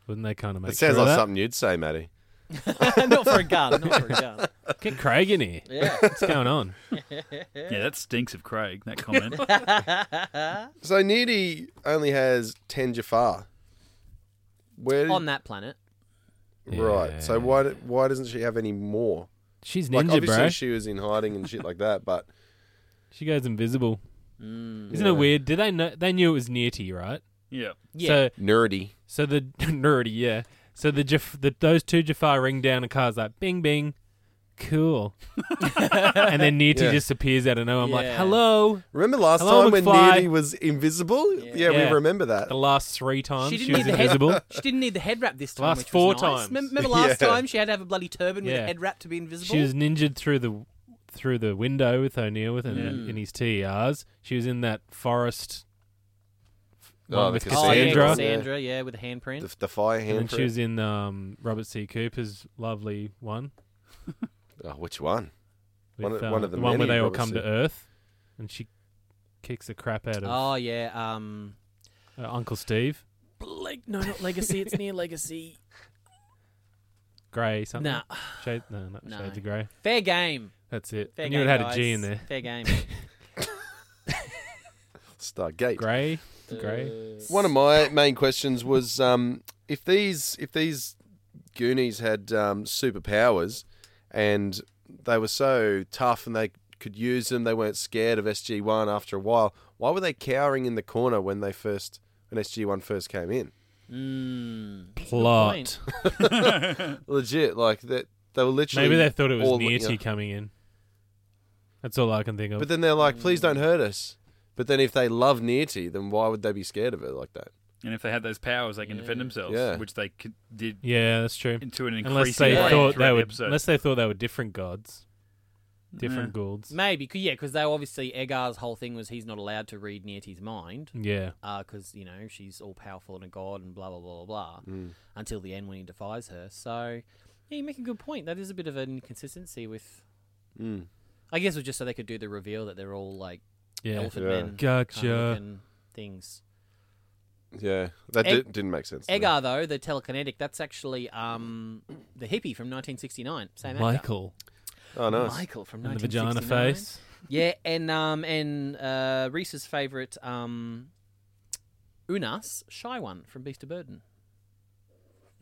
[SPEAKER 3] Wouldn't they kind of make
[SPEAKER 2] It sounds
[SPEAKER 3] sure
[SPEAKER 2] like
[SPEAKER 3] of that?
[SPEAKER 2] something you'd say, Maddie.
[SPEAKER 4] not for a gun. Not for a gun.
[SPEAKER 3] Get Craig in here.
[SPEAKER 4] Yeah.
[SPEAKER 3] What's going on?
[SPEAKER 1] Yeah, that stinks of Craig, that comment.
[SPEAKER 2] So Needy only has ten Jafar. Where
[SPEAKER 4] On that planet.
[SPEAKER 2] right? So
[SPEAKER 3] Yeah.
[SPEAKER 2] why do- why doesn't she have any more?
[SPEAKER 3] She's
[SPEAKER 2] Like
[SPEAKER 3] ninja,
[SPEAKER 2] obviously
[SPEAKER 3] bro. She...
[SPEAKER 2] she was in hiding and shit like that, but
[SPEAKER 3] goes invisible. Isn't
[SPEAKER 2] Yeah.
[SPEAKER 3] it weird? Did they know? They knew it was Nearty, right?
[SPEAKER 1] yeah.
[SPEAKER 4] Yeah.
[SPEAKER 3] So,
[SPEAKER 2] nerdy.
[SPEAKER 3] so the nerdy, yeah. So the, Jaf- the those two Jafar ring down, and Kara's like, "Bing, bing, cool." and then Nearty
[SPEAKER 2] Yeah.
[SPEAKER 3] just appears out of nowhere. I'm like,
[SPEAKER 4] Yeah.
[SPEAKER 3] "Hello."
[SPEAKER 2] Remember last
[SPEAKER 3] Hello,
[SPEAKER 2] time when
[SPEAKER 3] McFly.
[SPEAKER 2] Needy was invisible? Yeah,
[SPEAKER 3] Yeah.
[SPEAKER 2] we remember that.
[SPEAKER 3] The last three times
[SPEAKER 4] She
[SPEAKER 3] she,
[SPEAKER 4] didn't
[SPEAKER 3] was
[SPEAKER 4] need the head-
[SPEAKER 3] invisible.
[SPEAKER 4] She didn't need the head wrap this time.
[SPEAKER 3] Last
[SPEAKER 4] which
[SPEAKER 3] four
[SPEAKER 4] was nice.
[SPEAKER 3] times.
[SPEAKER 4] Mem- Remember last
[SPEAKER 2] Yeah.
[SPEAKER 4] time she had to have a bloody turban with
[SPEAKER 3] Yeah.
[SPEAKER 4] a head wrap to be invisible.
[SPEAKER 3] She was ninja'd through the through the window with O'Neill with him
[SPEAKER 4] Hmm.
[SPEAKER 3] in his TERs. She was in that forest.
[SPEAKER 2] Oh,
[SPEAKER 3] one
[SPEAKER 2] the
[SPEAKER 3] with
[SPEAKER 4] oh, yeah,
[SPEAKER 3] Cassandra.
[SPEAKER 4] Cassandra, yeah, with a handprint.
[SPEAKER 2] The, the fire
[SPEAKER 3] And then
[SPEAKER 2] hand.
[SPEAKER 3] she was in um, Robert C. Cooper's lovely one.
[SPEAKER 2] Oh, which one?
[SPEAKER 3] With,
[SPEAKER 2] One of-
[SPEAKER 3] uh,
[SPEAKER 2] one of the
[SPEAKER 3] one where
[SPEAKER 2] many
[SPEAKER 3] they all
[SPEAKER 2] Robert
[SPEAKER 3] come
[SPEAKER 2] C.
[SPEAKER 3] to Earth, and she kicks the crap out of
[SPEAKER 4] Oh yeah, um,
[SPEAKER 3] uh, Uncle Steve.
[SPEAKER 4] Leg- no, not Legacy. It's near Legacy.
[SPEAKER 3] Grey something.
[SPEAKER 4] Nah.
[SPEAKER 3] Shade, no, not
[SPEAKER 4] No.
[SPEAKER 3] Shades of Grey.
[SPEAKER 4] Fair game.
[SPEAKER 3] That's it.
[SPEAKER 4] Fair
[SPEAKER 3] I knew
[SPEAKER 4] game,
[SPEAKER 3] it had
[SPEAKER 4] guys.
[SPEAKER 3] a G in there.
[SPEAKER 4] Fair game.
[SPEAKER 2] Stargate.
[SPEAKER 3] Grey, grey.
[SPEAKER 2] Uh, One of my main questions was um, if these if these Goonies had um, superpowers and they were so tough and they could use them, they weren't scared of SG One after a while. Why were they cowering in the corner when they first when SG One first came in?
[SPEAKER 4] Mm,
[SPEAKER 3] Plot.
[SPEAKER 2] Legit, like that. They were literally
[SPEAKER 3] Maybe they thought it was
[SPEAKER 2] all- you
[SPEAKER 3] Nearty
[SPEAKER 2] know.
[SPEAKER 3] coming in. That's all I can think of.
[SPEAKER 2] But then they're like, please don't hurt us. But then if they love Nearty, then why would they be scared of it like that?
[SPEAKER 1] And if they had those powers, they can defend themselves,
[SPEAKER 2] Yeah.
[SPEAKER 1] which they could, did
[SPEAKER 3] yeah, that's true.
[SPEAKER 1] into an
[SPEAKER 3] Unless
[SPEAKER 1] increasing
[SPEAKER 3] they
[SPEAKER 1] rate
[SPEAKER 3] thought they
[SPEAKER 1] throughout
[SPEAKER 3] were,
[SPEAKER 1] the episode.
[SPEAKER 3] unless they thought they were different gods, different goulds.
[SPEAKER 4] maybe, 'cause- yeah, because they obviously Egar's whole thing was he's not allowed to read Nearty's mind.
[SPEAKER 3] Yeah,
[SPEAKER 4] because uh, you know she's all powerful and a god and blah blah blah blah blah until the end when he defies her. So yeah, you make a good point. That is a bit of an inconsistency with.
[SPEAKER 2] Hmm.
[SPEAKER 4] I guess it was just so they could do the reveal that they're all like
[SPEAKER 3] yeah.
[SPEAKER 4] elephant
[SPEAKER 2] Yeah.
[SPEAKER 4] men, kind of
[SPEAKER 3] Gotcha.
[SPEAKER 4] looking things.
[SPEAKER 2] Yeah, that
[SPEAKER 4] Egg-
[SPEAKER 2] did, didn't make sense. to me.
[SPEAKER 4] Egar though, the telekinetic, that's actually um the hippie from 1969. Same actor.
[SPEAKER 3] Michael
[SPEAKER 2] Oh, nice.
[SPEAKER 4] Michael from
[SPEAKER 3] and the vagina
[SPEAKER 4] 1969.
[SPEAKER 3] face.
[SPEAKER 4] Yeah, and um and uh Reese's favorite um Unas, shy one from Beast of Burden.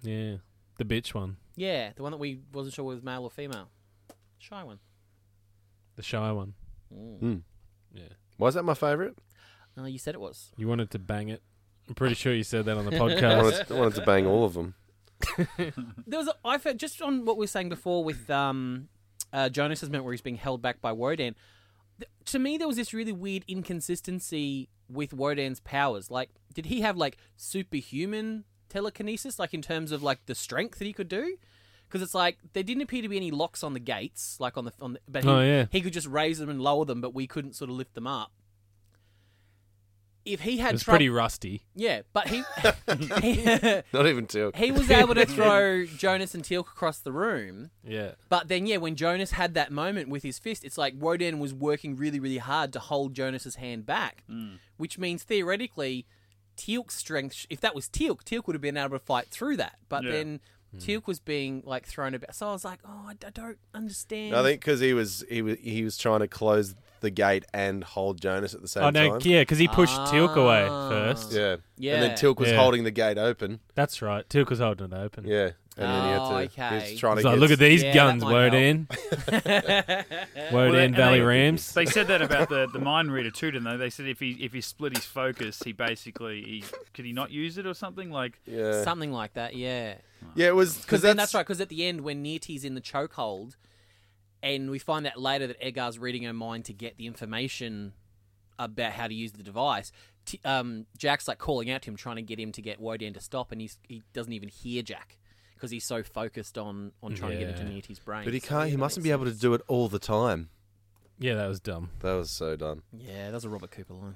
[SPEAKER 3] Yeah, the bitch one,
[SPEAKER 4] Yeah, the one that we wasn't sure was male or female. Shy one.
[SPEAKER 3] the shy one.
[SPEAKER 2] Why is that my favourite?
[SPEAKER 4] No, Oh, you said it was.
[SPEAKER 3] You wanted to bang it. I'm pretty sure you said that on the
[SPEAKER 2] I
[SPEAKER 3] podcast.
[SPEAKER 2] wanted, I wanted to bang all of them.
[SPEAKER 4] There was a, I felt just on what we were saying before with um uh Jonas's meant where he's being held back by Wodan. Th- to me there was this really weird inconsistency with Wodan's powers. Like did he have like superhuman telekinesis like in terms of like the strength that he could do? Because it's like there didn't appear to be any locks on the gates, like on the on the, but he,
[SPEAKER 3] Oh, yeah.
[SPEAKER 4] he could just raise them and lower them, but we couldn't sort of lift them up. If he
[SPEAKER 3] It
[SPEAKER 4] had
[SPEAKER 3] was
[SPEAKER 4] trouble,
[SPEAKER 3] pretty rusty.
[SPEAKER 4] Yeah, but he he,
[SPEAKER 2] Not even two.
[SPEAKER 4] he was able to throw Jonas and Teal'c across the room.
[SPEAKER 3] Yeah,
[SPEAKER 4] But then, yeah, when Jonas had that moment with his fist, it's like Woden was working really, really hard to hold Jonas's hand back, which means theoretically, Teal'c's strength. If that was Teal'c, Teal'c would have been able to fight through that. But
[SPEAKER 1] Yeah.
[SPEAKER 4] then Teal'c was being like thrown about. So I was like, oh, I, d- I don't understand.
[SPEAKER 2] I think because he was he was he was trying to close the gate and hold Jonas at the same
[SPEAKER 3] oh no,
[SPEAKER 2] time.
[SPEAKER 3] yeah, because he pushed Tilk away
[SPEAKER 4] Ah.
[SPEAKER 3] first.
[SPEAKER 2] Yeah, And
[SPEAKER 4] Yeah.
[SPEAKER 2] then Tilk was
[SPEAKER 3] Yeah.
[SPEAKER 2] holding the gate open.
[SPEAKER 3] That's right. Tilk was holding it open.
[SPEAKER 2] Yeah, and then he had to.
[SPEAKER 4] Oh,
[SPEAKER 2] He
[SPEAKER 4] okay.
[SPEAKER 2] was trying
[SPEAKER 3] He's
[SPEAKER 2] to
[SPEAKER 3] like,
[SPEAKER 2] get
[SPEAKER 3] look at these
[SPEAKER 4] Yeah, that
[SPEAKER 3] guns,
[SPEAKER 4] might help.
[SPEAKER 3] Woden.
[SPEAKER 1] Well, they-
[SPEAKER 3] Woden
[SPEAKER 1] and
[SPEAKER 3] Valley
[SPEAKER 1] they-
[SPEAKER 3] Rams.
[SPEAKER 1] They said that about the, the mind reader too, didn't they? They said if he if he split his focus, he basically he could he not use it or something like.
[SPEAKER 2] Yeah,
[SPEAKER 4] Something like that, yeah.
[SPEAKER 2] yeah. It was
[SPEAKER 4] Because
[SPEAKER 2] because
[SPEAKER 4] then that's right. Because at the end, when Nearty's in the chokehold, and we find out later that Edgar's reading her mind to get the information about how to use the device. T- um, Jack's like calling out to him, trying to get him to get Wodan to stop, and he's, he doesn't even hear Jack because he's so focused on on trying to get into
[SPEAKER 3] Yeah.
[SPEAKER 4] Nearty's brain.
[SPEAKER 2] But he
[SPEAKER 4] So,
[SPEAKER 2] can't.
[SPEAKER 4] yeah,
[SPEAKER 2] he
[SPEAKER 4] that
[SPEAKER 2] mustn't
[SPEAKER 4] makes
[SPEAKER 2] be able to do it all the time.
[SPEAKER 3] Yeah, that was dumb.
[SPEAKER 2] That was so dumb.
[SPEAKER 4] sense. Yeah, that's a Robert Cooper line.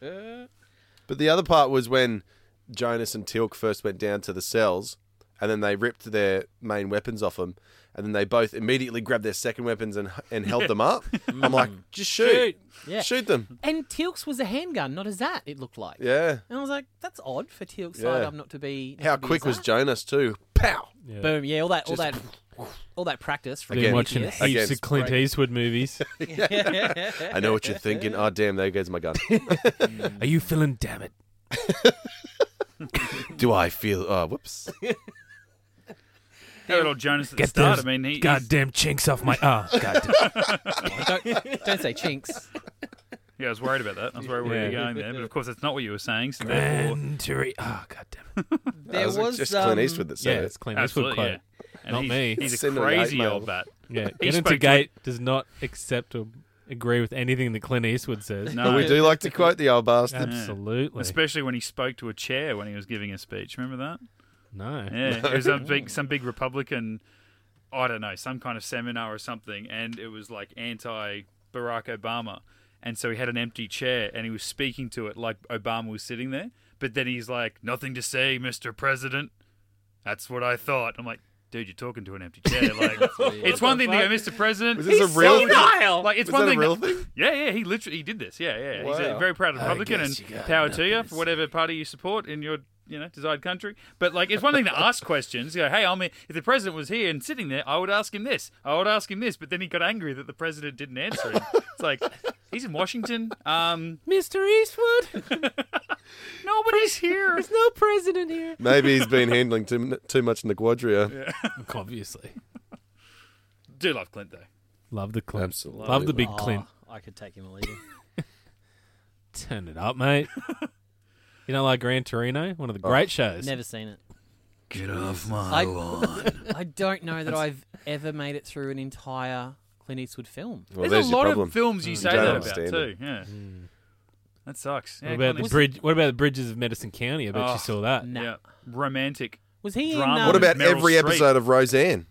[SPEAKER 2] But the other part was when Jonas and Tilk first went down to the cells, and then they ripped their main weapons off them, and then they both immediately grabbed their second weapons and and held them up.
[SPEAKER 1] Mm.
[SPEAKER 2] I'm like, just shoot,
[SPEAKER 4] Yeah.
[SPEAKER 2] shoot them.
[SPEAKER 4] And Teal's was a handgun, not a Zat. It looked like.
[SPEAKER 2] Yeah.
[SPEAKER 4] And I was like, that's odd for Teal's
[SPEAKER 2] Yeah.
[SPEAKER 4] sidearm not to be. not
[SPEAKER 2] How
[SPEAKER 4] to be a
[SPEAKER 2] quick was
[SPEAKER 4] Zat.
[SPEAKER 2] Jonas too? Pow! Pow.
[SPEAKER 3] Yeah.
[SPEAKER 4] Boom. Yeah, all that, all that, all that practice from
[SPEAKER 3] Been
[SPEAKER 2] Again,
[SPEAKER 3] watching
[SPEAKER 4] ETS.
[SPEAKER 2] again,
[SPEAKER 3] heaps of
[SPEAKER 2] it's
[SPEAKER 3] Clint Eastwood movies.
[SPEAKER 2] I know what you're thinking. Oh, damn, there goes my gun.
[SPEAKER 3] Are you feeling damn it?
[SPEAKER 2] Do I feel. Oh, whoops.
[SPEAKER 1] That little Jonas at the
[SPEAKER 3] Get
[SPEAKER 1] start. I
[SPEAKER 3] those
[SPEAKER 1] mean, he, he's-
[SPEAKER 3] goddamn chinks off my ah. goddamn.
[SPEAKER 4] don't, don't say chinks.
[SPEAKER 1] yeah, I was worried about that. I was worried where you were
[SPEAKER 3] Yeah.
[SPEAKER 1] going there, but of course that's not what you were saying. So therefore,
[SPEAKER 3] Grand Ture- Ah, goddamn. it.
[SPEAKER 4] There
[SPEAKER 2] was,
[SPEAKER 4] was
[SPEAKER 2] just
[SPEAKER 4] um,
[SPEAKER 2] Clint Eastwood that said
[SPEAKER 3] Yeah,
[SPEAKER 2] it.
[SPEAKER 3] it's Clint Eastwood
[SPEAKER 1] absolutely,
[SPEAKER 3] quote.
[SPEAKER 1] yeah. And
[SPEAKER 3] Not
[SPEAKER 1] he's,
[SPEAKER 3] me.
[SPEAKER 1] He's a
[SPEAKER 2] Send him an
[SPEAKER 1] crazy
[SPEAKER 2] hate
[SPEAKER 1] old
[SPEAKER 2] mail.
[SPEAKER 1] bat.
[SPEAKER 3] Yeah,
[SPEAKER 1] He
[SPEAKER 3] get
[SPEAKER 1] spoke to
[SPEAKER 3] into gate does not accept or agree with anything that Clint Eastwood says.
[SPEAKER 1] No,
[SPEAKER 2] But we do like to quote the old bastard.
[SPEAKER 3] Absolutely.
[SPEAKER 1] especially when he spoke to a chair when he was giving a speech. Remember that?
[SPEAKER 3] no.
[SPEAKER 1] Yeah, it was some big, some big Republican, I don't know, some kind of seminar or something, and it was like anti Barack Obama, and so he had an empty chair and he was speaking to it like Obama was sitting there, but then he's like, "Nothing to say, Mr. President." That's what I thought. I'm like. Dude, you're talking to an empty chair. Like, it's one thing to go, Mr. President.
[SPEAKER 2] Was this a real thing?
[SPEAKER 1] Like, it's
[SPEAKER 2] Was
[SPEAKER 1] one
[SPEAKER 2] that a
[SPEAKER 1] thing.
[SPEAKER 2] real
[SPEAKER 1] that-
[SPEAKER 2] thing?
[SPEAKER 1] Yeah, yeah. He literally he did this. Yeah, yeah. He's a
[SPEAKER 2] Wow.
[SPEAKER 1] very proud Republican,
[SPEAKER 3] guess you
[SPEAKER 1] and
[SPEAKER 3] got
[SPEAKER 1] power to you
[SPEAKER 3] nothing to
[SPEAKER 1] for whatever party you support in your you know desired country. But like, it's one thing to ask questions. You go, hey, I'm here. if the president was here and sitting there, I would ask him this. I would ask him this. But then he got angry that the president didn't answer him. it's like he's in Washington. Um,
[SPEAKER 3] Mr. Eastwood,
[SPEAKER 1] nobody's here.
[SPEAKER 3] there's no president here.
[SPEAKER 2] Maybe he's been handling too, too much in the quadria.
[SPEAKER 3] Obviously.
[SPEAKER 1] Do love Clint though.
[SPEAKER 3] Love the Clint.
[SPEAKER 2] Absolutely.
[SPEAKER 3] Love the big
[SPEAKER 4] Oh,
[SPEAKER 3] Clint.
[SPEAKER 4] I could take him or leave him.
[SPEAKER 3] Turn it up, mate. you know, like Gran Torino, one
[SPEAKER 2] Oh.
[SPEAKER 3] of the great shows.
[SPEAKER 4] Never seen it.
[SPEAKER 1] Get off my.
[SPEAKER 4] I, I don't know that I've ever made it through an entire Clint Eastwood film.
[SPEAKER 2] Well,
[SPEAKER 1] There's
[SPEAKER 2] there's
[SPEAKER 1] a
[SPEAKER 2] your
[SPEAKER 1] lot
[SPEAKER 2] problem.
[SPEAKER 1] of films you say
[SPEAKER 2] don't
[SPEAKER 1] that about
[SPEAKER 2] understand
[SPEAKER 1] too. Yeah. That sucks. Yeah,
[SPEAKER 3] What about
[SPEAKER 1] Clint
[SPEAKER 3] the
[SPEAKER 1] Eastwood-
[SPEAKER 3] bridge? What about the bridges of Medicine County? I bet
[SPEAKER 1] Oh,
[SPEAKER 3] you saw that.
[SPEAKER 4] Nah.
[SPEAKER 1] Yeah. Romantic.
[SPEAKER 4] Was he
[SPEAKER 1] Drama.
[SPEAKER 4] in. Um,
[SPEAKER 2] What about
[SPEAKER 1] Meryl
[SPEAKER 2] every
[SPEAKER 1] Streep.
[SPEAKER 2] episode of Roseanne?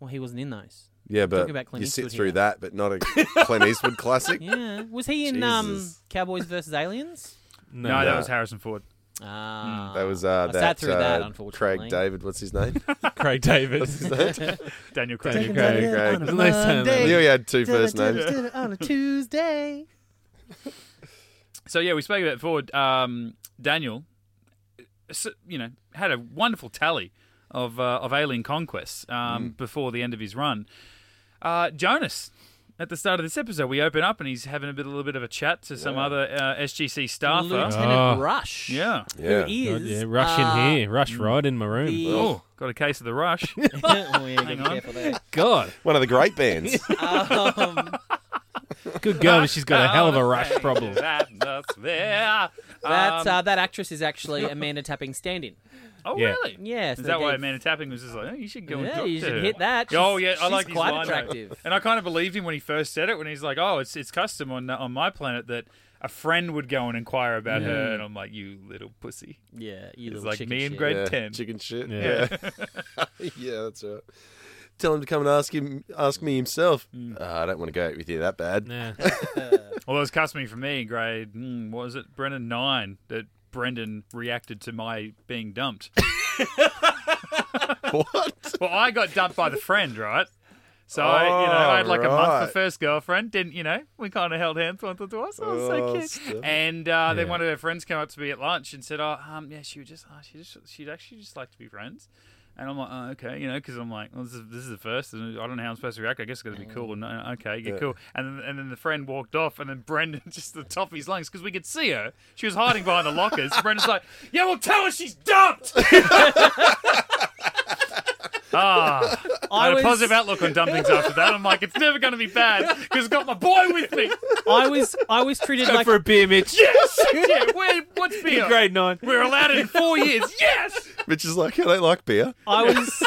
[SPEAKER 4] Well, he wasn't in those.
[SPEAKER 2] Yeah, but
[SPEAKER 4] talking about Clint
[SPEAKER 2] you sit
[SPEAKER 4] Eastwood
[SPEAKER 2] through
[SPEAKER 4] here.
[SPEAKER 2] that, but not a Clint Eastwood classic.
[SPEAKER 4] Yeah. Was he in um,
[SPEAKER 2] Jesus.
[SPEAKER 4] Cowboys versus Aliens?
[SPEAKER 1] No, that was Harrison Ford.
[SPEAKER 4] Ah.
[SPEAKER 2] That was uh, that,
[SPEAKER 4] I sat through
[SPEAKER 2] uh,
[SPEAKER 4] that, unfortunately.
[SPEAKER 2] Craig David, what's his name?
[SPEAKER 3] Craig David.
[SPEAKER 2] What's his name?
[SPEAKER 1] Daniel Craig.
[SPEAKER 2] Craig,
[SPEAKER 3] Daniel Craig.
[SPEAKER 2] Craig.
[SPEAKER 3] It was nice saying that.
[SPEAKER 2] I knew he had two first names.
[SPEAKER 4] on a Tuesday.
[SPEAKER 1] So yeah, we spoke about Ford. Um, Daniel, s you know, had a wonderful tally of uh, of alien conquests um, before the end of his run. Uh, Jonas, at the start of this episode, we open up and he's having a bit, a little bit of a chat to some other uh, SGC staffer.
[SPEAKER 4] Lieutenant
[SPEAKER 3] Oh.
[SPEAKER 4] Rush.
[SPEAKER 1] Yeah.
[SPEAKER 2] Yeah.
[SPEAKER 4] Who
[SPEAKER 3] God,
[SPEAKER 4] is.
[SPEAKER 3] yeah, rush
[SPEAKER 4] uh,
[SPEAKER 3] in here. Rush right in my room.
[SPEAKER 4] the-
[SPEAKER 1] Oh, got a case of the rush.
[SPEAKER 4] oh, yeah, you gotta
[SPEAKER 1] Hang
[SPEAKER 4] be
[SPEAKER 1] on.
[SPEAKER 4] careful there.
[SPEAKER 3] God,
[SPEAKER 2] One of the great bands.
[SPEAKER 4] Um,
[SPEAKER 3] good girl. but She's got a hell of a rush problem.
[SPEAKER 1] That- that's there.
[SPEAKER 4] that,
[SPEAKER 1] Um,
[SPEAKER 4] uh, that actress is actually Amanda Tapping stand in.
[SPEAKER 1] oh,
[SPEAKER 3] yeah.
[SPEAKER 1] really?
[SPEAKER 4] Yeah, so
[SPEAKER 1] Is that
[SPEAKER 4] they
[SPEAKER 1] why
[SPEAKER 4] gave-
[SPEAKER 1] Amanda Tapping was just like, oh, you should go and
[SPEAKER 4] Yeah,
[SPEAKER 1] talk
[SPEAKER 4] you
[SPEAKER 1] to
[SPEAKER 4] should
[SPEAKER 1] her."
[SPEAKER 4] hit that.
[SPEAKER 1] oh yeah,
[SPEAKER 4] She's-
[SPEAKER 1] I like
[SPEAKER 4] she's
[SPEAKER 1] his
[SPEAKER 4] quite
[SPEAKER 1] line, though.
[SPEAKER 4] attractive.
[SPEAKER 1] And I kind of believed him when he first said it. When he's like, "Oh, it's it's custom on on my planet that a friend would go and inquire about her," and I'm like, "You little pussy."
[SPEAKER 4] Yeah, you
[SPEAKER 1] It's
[SPEAKER 4] little
[SPEAKER 1] like
[SPEAKER 4] chicken
[SPEAKER 1] me in
[SPEAKER 4] shit.
[SPEAKER 1] grade
[SPEAKER 2] yeah.
[SPEAKER 1] ten.
[SPEAKER 2] Chicken shit.
[SPEAKER 3] Yeah.
[SPEAKER 2] Yeah. Yeah, that's right. Tell him to come and ask him, ask me himself.
[SPEAKER 4] Mm.
[SPEAKER 2] "Ah, I don't want to go out with you that bad.
[SPEAKER 3] Nah.
[SPEAKER 1] Well, it was customary for me in grade. Mm, what was it, Brendan nine? That Brendan reacted to my being dumped.
[SPEAKER 2] what?
[SPEAKER 1] well, I got dumped by the friend, right? So I, you know, I had like a month for
[SPEAKER 2] Alright.
[SPEAKER 1] first girlfriend. Didn't you know? We kind of held hands once or twice. I was
[SPEAKER 2] Oh,
[SPEAKER 1] so cute.
[SPEAKER 2] Steph.
[SPEAKER 1] And uh, then
[SPEAKER 3] Yeah.
[SPEAKER 1] one of her friends came up to me at lunch and said, "Oh, um, yeah, she would just, oh, she just, she'd actually just like to be friends." And I'm like, "Oh, okay," you know, because I'm like, well, "This is this is the first, and I don't know how I'm supposed to react. I guess it's gonna be cool." And uh, okay, yeah, cool. And then, and then the friend walked off, and then Brendan just the top of his lungs because we could see her. She was hiding behind the lockers. Brendan's like, "Yeah, well, tell her she's dumped." Ah, I had
[SPEAKER 4] was-
[SPEAKER 1] a positive outlook on dumpings after that. I'm like, it's never going to be bad because I've got my boy with me.
[SPEAKER 4] I was I was treated
[SPEAKER 3] Go
[SPEAKER 4] like
[SPEAKER 3] for a beer, Mitch.
[SPEAKER 1] Yes, yeah, where, what's beer?
[SPEAKER 3] Grade nine.
[SPEAKER 1] We're allowed it in four years. Yes.
[SPEAKER 2] Which is like, I don't like beer.
[SPEAKER 4] I was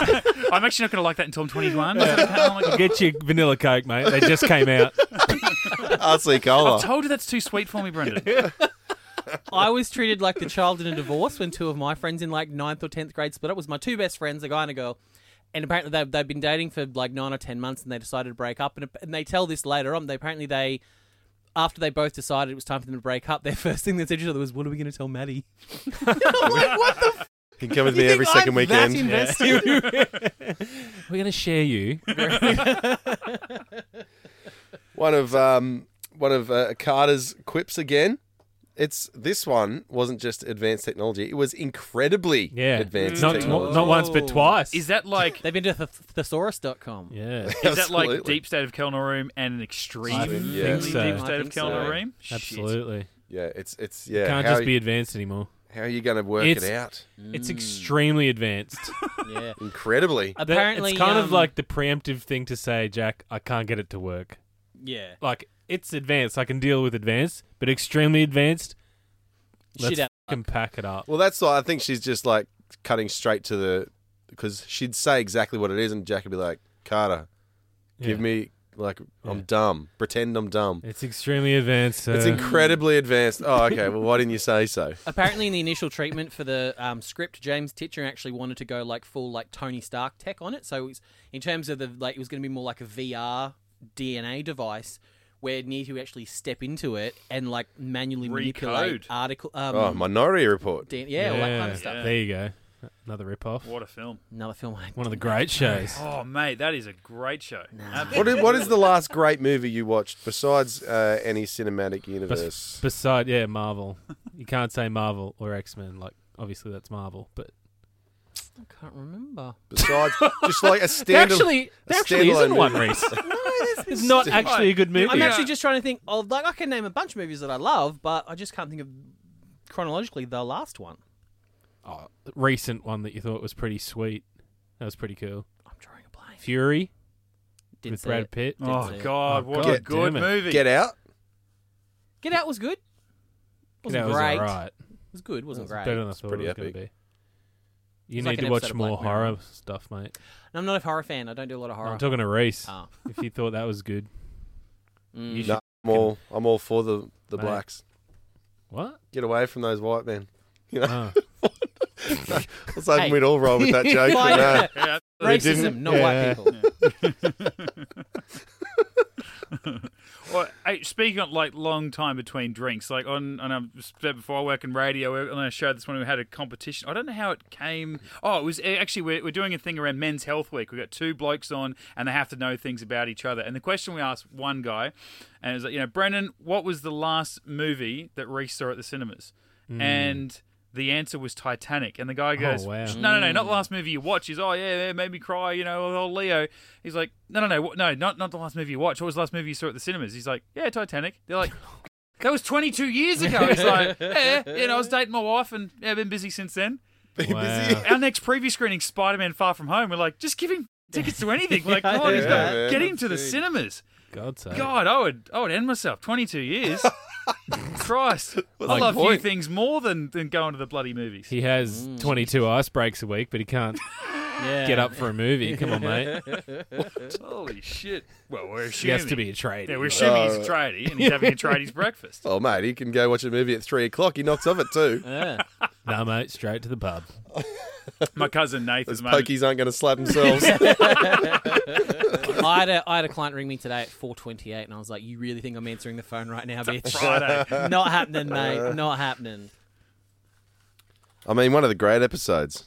[SPEAKER 1] I'm actually not going to like that until I'm 21.
[SPEAKER 3] Get your vanilla coke, mate. They just came out.
[SPEAKER 2] RC
[SPEAKER 1] I've
[SPEAKER 2] Cola.
[SPEAKER 1] told you that's too sweet for me, Brendan.
[SPEAKER 4] I was treated like the child in a divorce when two of my friends in like ninth or tenth grade split up. It was my two best friends, a guy and a girl. And apparently they they've been dating for like nine or ten months, and they decided to break up. And, and they tell this later on. They apparently they, after they both decided it was time for them to break up, their first thing they said to each other was, "What are we going to tell Maddie?"
[SPEAKER 2] You can come with me every second weekend.
[SPEAKER 3] We're gonna share you.
[SPEAKER 2] one of um, one of uh, Carter's quips again It's this one wasn't just advanced technology; it was incredibly
[SPEAKER 3] Yeah,
[SPEAKER 2] advanced
[SPEAKER 3] not
[SPEAKER 2] technology.
[SPEAKER 3] tw- not once but
[SPEAKER 4] Whoa.
[SPEAKER 3] twice.
[SPEAKER 1] Is that like
[SPEAKER 4] They've been to th- thesaurus.com.
[SPEAKER 3] yeah?
[SPEAKER 1] is that like
[SPEAKER 2] Absolutely.
[SPEAKER 1] deep state of Kelnarine and an extremely
[SPEAKER 2] Yeah.
[SPEAKER 1] deep
[SPEAKER 3] think so.
[SPEAKER 1] state
[SPEAKER 4] I
[SPEAKER 1] of
[SPEAKER 4] think so.
[SPEAKER 1] Kelnarine? Shit.
[SPEAKER 3] Absolutely,
[SPEAKER 2] Yeah, it's it's yeah.
[SPEAKER 3] can't
[SPEAKER 2] how,
[SPEAKER 3] just be advanced anymore.
[SPEAKER 2] how are you going to work it
[SPEAKER 3] It's-
[SPEAKER 2] out?
[SPEAKER 3] It's extremely advanced.
[SPEAKER 4] Yeah.
[SPEAKER 2] Incredibly.
[SPEAKER 3] That-
[SPEAKER 4] Apparently,
[SPEAKER 3] it's kind of
[SPEAKER 4] um,
[SPEAKER 3] like the preemptive thing to say, Jack. I can't get it to work.
[SPEAKER 4] yeah,
[SPEAKER 3] Like it's advanced. I can deal with advanced, but extremely advanced. Let's
[SPEAKER 4] shit out.
[SPEAKER 3] fucking pack it up.
[SPEAKER 2] Well, that's why I think she's just like cutting straight to the because she'd say exactly what it is, and Jack would be like, "Carter, give
[SPEAKER 3] Yeah.
[SPEAKER 2] me like I'm
[SPEAKER 3] Yeah.
[SPEAKER 2] dumb, pretend I'm dumb."
[SPEAKER 3] It's extremely advanced.
[SPEAKER 2] It's
[SPEAKER 3] uh,
[SPEAKER 2] incredibly advanced. Oh, okay. Well, why didn't you say so?
[SPEAKER 4] Apparently, in the initial treatment for the um, script, James Titcher actually wanted to go like full like Tony Stark tech on it. So it's, in terms of the like, it was going to be more like a VR DNA device where Nito would actually step into it and like manually manipulate
[SPEAKER 1] Recode.
[SPEAKER 4] article. Um,
[SPEAKER 2] Oh, Minority Report.
[SPEAKER 4] D- yeah, all that kind of stuff.
[SPEAKER 3] There you go. Another ripoff.
[SPEAKER 1] What a film.
[SPEAKER 4] Another film. I
[SPEAKER 3] One of the great shows.
[SPEAKER 1] Oh mate, that is a great show. Ab-
[SPEAKER 2] What is, what is the last great movie you watched besides uh, any cinematic universe?
[SPEAKER 3] Bes- beside, yeah, Marvel. You can't say Marvel or X Men. Like, obviously, that's Marvel. But
[SPEAKER 4] can't remember.
[SPEAKER 2] Besides, just like a
[SPEAKER 3] there
[SPEAKER 2] standard.
[SPEAKER 3] actually, there
[SPEAKER 2] a
[SPEAKER 3] actually isn't
[SPEAKER 2] standalone
[SPEAKER 3] one,
[SPEAKER 2] movie.
[SPEAKER 3] Reese. It's not actually a good movie.
[SPEAKER 4] I'm actually just trying to think of like I can name a bunch of movies that I love, but I just can't think of chronologically the last one.
[SPEAKER 3] Oh, recent one that you thought was pretty sweet. That was pretty cool.
[SPEAKER 4] I'm drawing a blank.
[SPEAKER 3] Fury
[SPEAKER 4] Didn't
[SPEAKER 3] with
[SPEAKER 4] see
[SPEAKER 3] Brad
[SPEAKER 4] it.
[SPEAKER 3] Pitt.
[SPEAKER 1] Oh
[SPEAKER 4] Didn't see
[SPEAKER 1] god,
[SPEAKER 3] it.
[SPEAKER 1] what
[SPEAKER 3] God
[SPEAKER 1] a good
[SPEAKER 3] damn it.
[SPEAKER 1] movie.
[SPEAKER 2] Get out.
[SPEAKER 4] Get Out was good. Wasn't
[SPEAKER 3] that was
[SPEAKER 4] great.
[SPEAKER 3] alright.
[SPEAKER 4] It was good. Wasn't great.
[SPEAKER 3] Better than I thought
[SPEAKER 2] pretty
[SPEAKER 3] it was going
[SPEAKER 2] epic.
[SPEAKER 3] to be. You
[SPEAKER 4] It's
[SPEAKER 3] need
[SPEAKER 4] like an
[SPEAKER 3] to
[SPEAKER 4] episode
[SPEAKER 3] watch
[SPEAKER 4] of Black
[SPEAKER 3] more
[SPEAKER 4] Mirror.
[SPEAKER 3] horror stuff, mate.
[SPEAKER 4] And I'm not a horror fan. I don't do a lot of
[SPEAKER 3] No,
[SPEAKER 4] horror.
[SPEAKER 3] I'm talking to Reese.
[SPEAKER 4] Oh.
[SPEAKER 3] If you thought that was good,
[SPEAKER 4] Mm.
[SPEAKER 3] you should.
[SPEAKER 2] No, I'm all, I'm all for the, the
[SPEAKER 3] Mate.
[SPEAKER 2] blacks.
[SPEAKER 3] What?
[SPEAKER 2] Get away from those white men. You know,
[SPEAKER 3] Oh.
[SPEAKER 2] I was hoping
[SPEAKER 4] Hey.
[SPEAKER 2] we'd all roll with that joke. but no.
[SPEAKER 1] Yeah.
[SPEAKER 4] Racism, not
[SPEAKER 3] yeah.
[SPEAKER 4] white people.
[SPEAKER 1] Well, hey, speaking of like long time between drinks, like on, on um, said before I work in radio, on a show this morning we had a competition. I don't know how it came. Oh, it was actually we're, we're doing a thing around Men's Health Week. We got two blokes on, and they have to know things about each other. And the question we asked one guy, and it was like, you know, Brendan, what was the last movie that Reese saw at the cinemas? And the answer was Titanic. And the guy goes,
[SPEAKER 3] wow.
[SPEAKER 1] No, no, no,
[SPEAKER 2] Hmm.
[SPEAKER 1] not the last movie you watch. He's, oh, yeah, yeah, made me cry, you know, oh, Leo. He's like, No, no, no, what- no, not, not the last movie you watched. What was the last movie you saw at the cinemas? He's like, Yeah, Titanic. They're like, That was 22 years ago. He's like, Yeah, yeah, you know, I was dating my wife and yeah, I've been busy since then.
[SPEAKER 3] Wow.
[SPEAKER 1] Our next preview screening, Spider Man Far From Home, we're like, Just give him tickets to anything. Like, come on, he's
[SPEAKER 2] Yeah,
[SPEAKER 1] got,
[SPEAKER 2] man.
[SPEAKER 1] get him to the cinemas.
[SPEAKER 3] God's sake.
[SPEAKER 1] God, I would, I would end myself. Twenty-two years. Christ, I
[SPEAKER 2] the
[SPEAKER 1] love few
[SPEAKER 2] point?
[SPEAKER 1] things more than, than going to the bloody movies.
[SPEAKER 3] He has
[SPEAKER 4] Mm.
[SPEAKER 3] 22 ice breaks a week, but he can't get up for a movie. Come on, mate.
[SPEAKER 1] Holy shit! Well, we're
[SPEAKER 3] She
[SPEAKER 1] assuming
[SPEAKER 3] has to be a Uh, trade.
[SPEAKER 1] Yeah, we're assuming he's a tradie and he's having a tradie's breakfast.
[SPEAKER 2] Oh, mate, he can go watch a movie at three o'clock. He knocks off at two.
[SPEAKER 4] Yeah.
[SPEAKER 3] Nah, mate, straight to the pub.
[SPEAKER 1] My cousin Nathan.
[SPEAKER 2] Those pokies aren't going to slap themselves.
[SPEAKER 4] I, had a, I had a client ring me today at 4:28, and I was like, "You really think I'm answering the phone right now, bitch?
[SPEAKER 1] Friday.
[SPEAKER 4] Not happening, mate. Not happening."
[SPEAKER 2] I mean, one of the great episodes.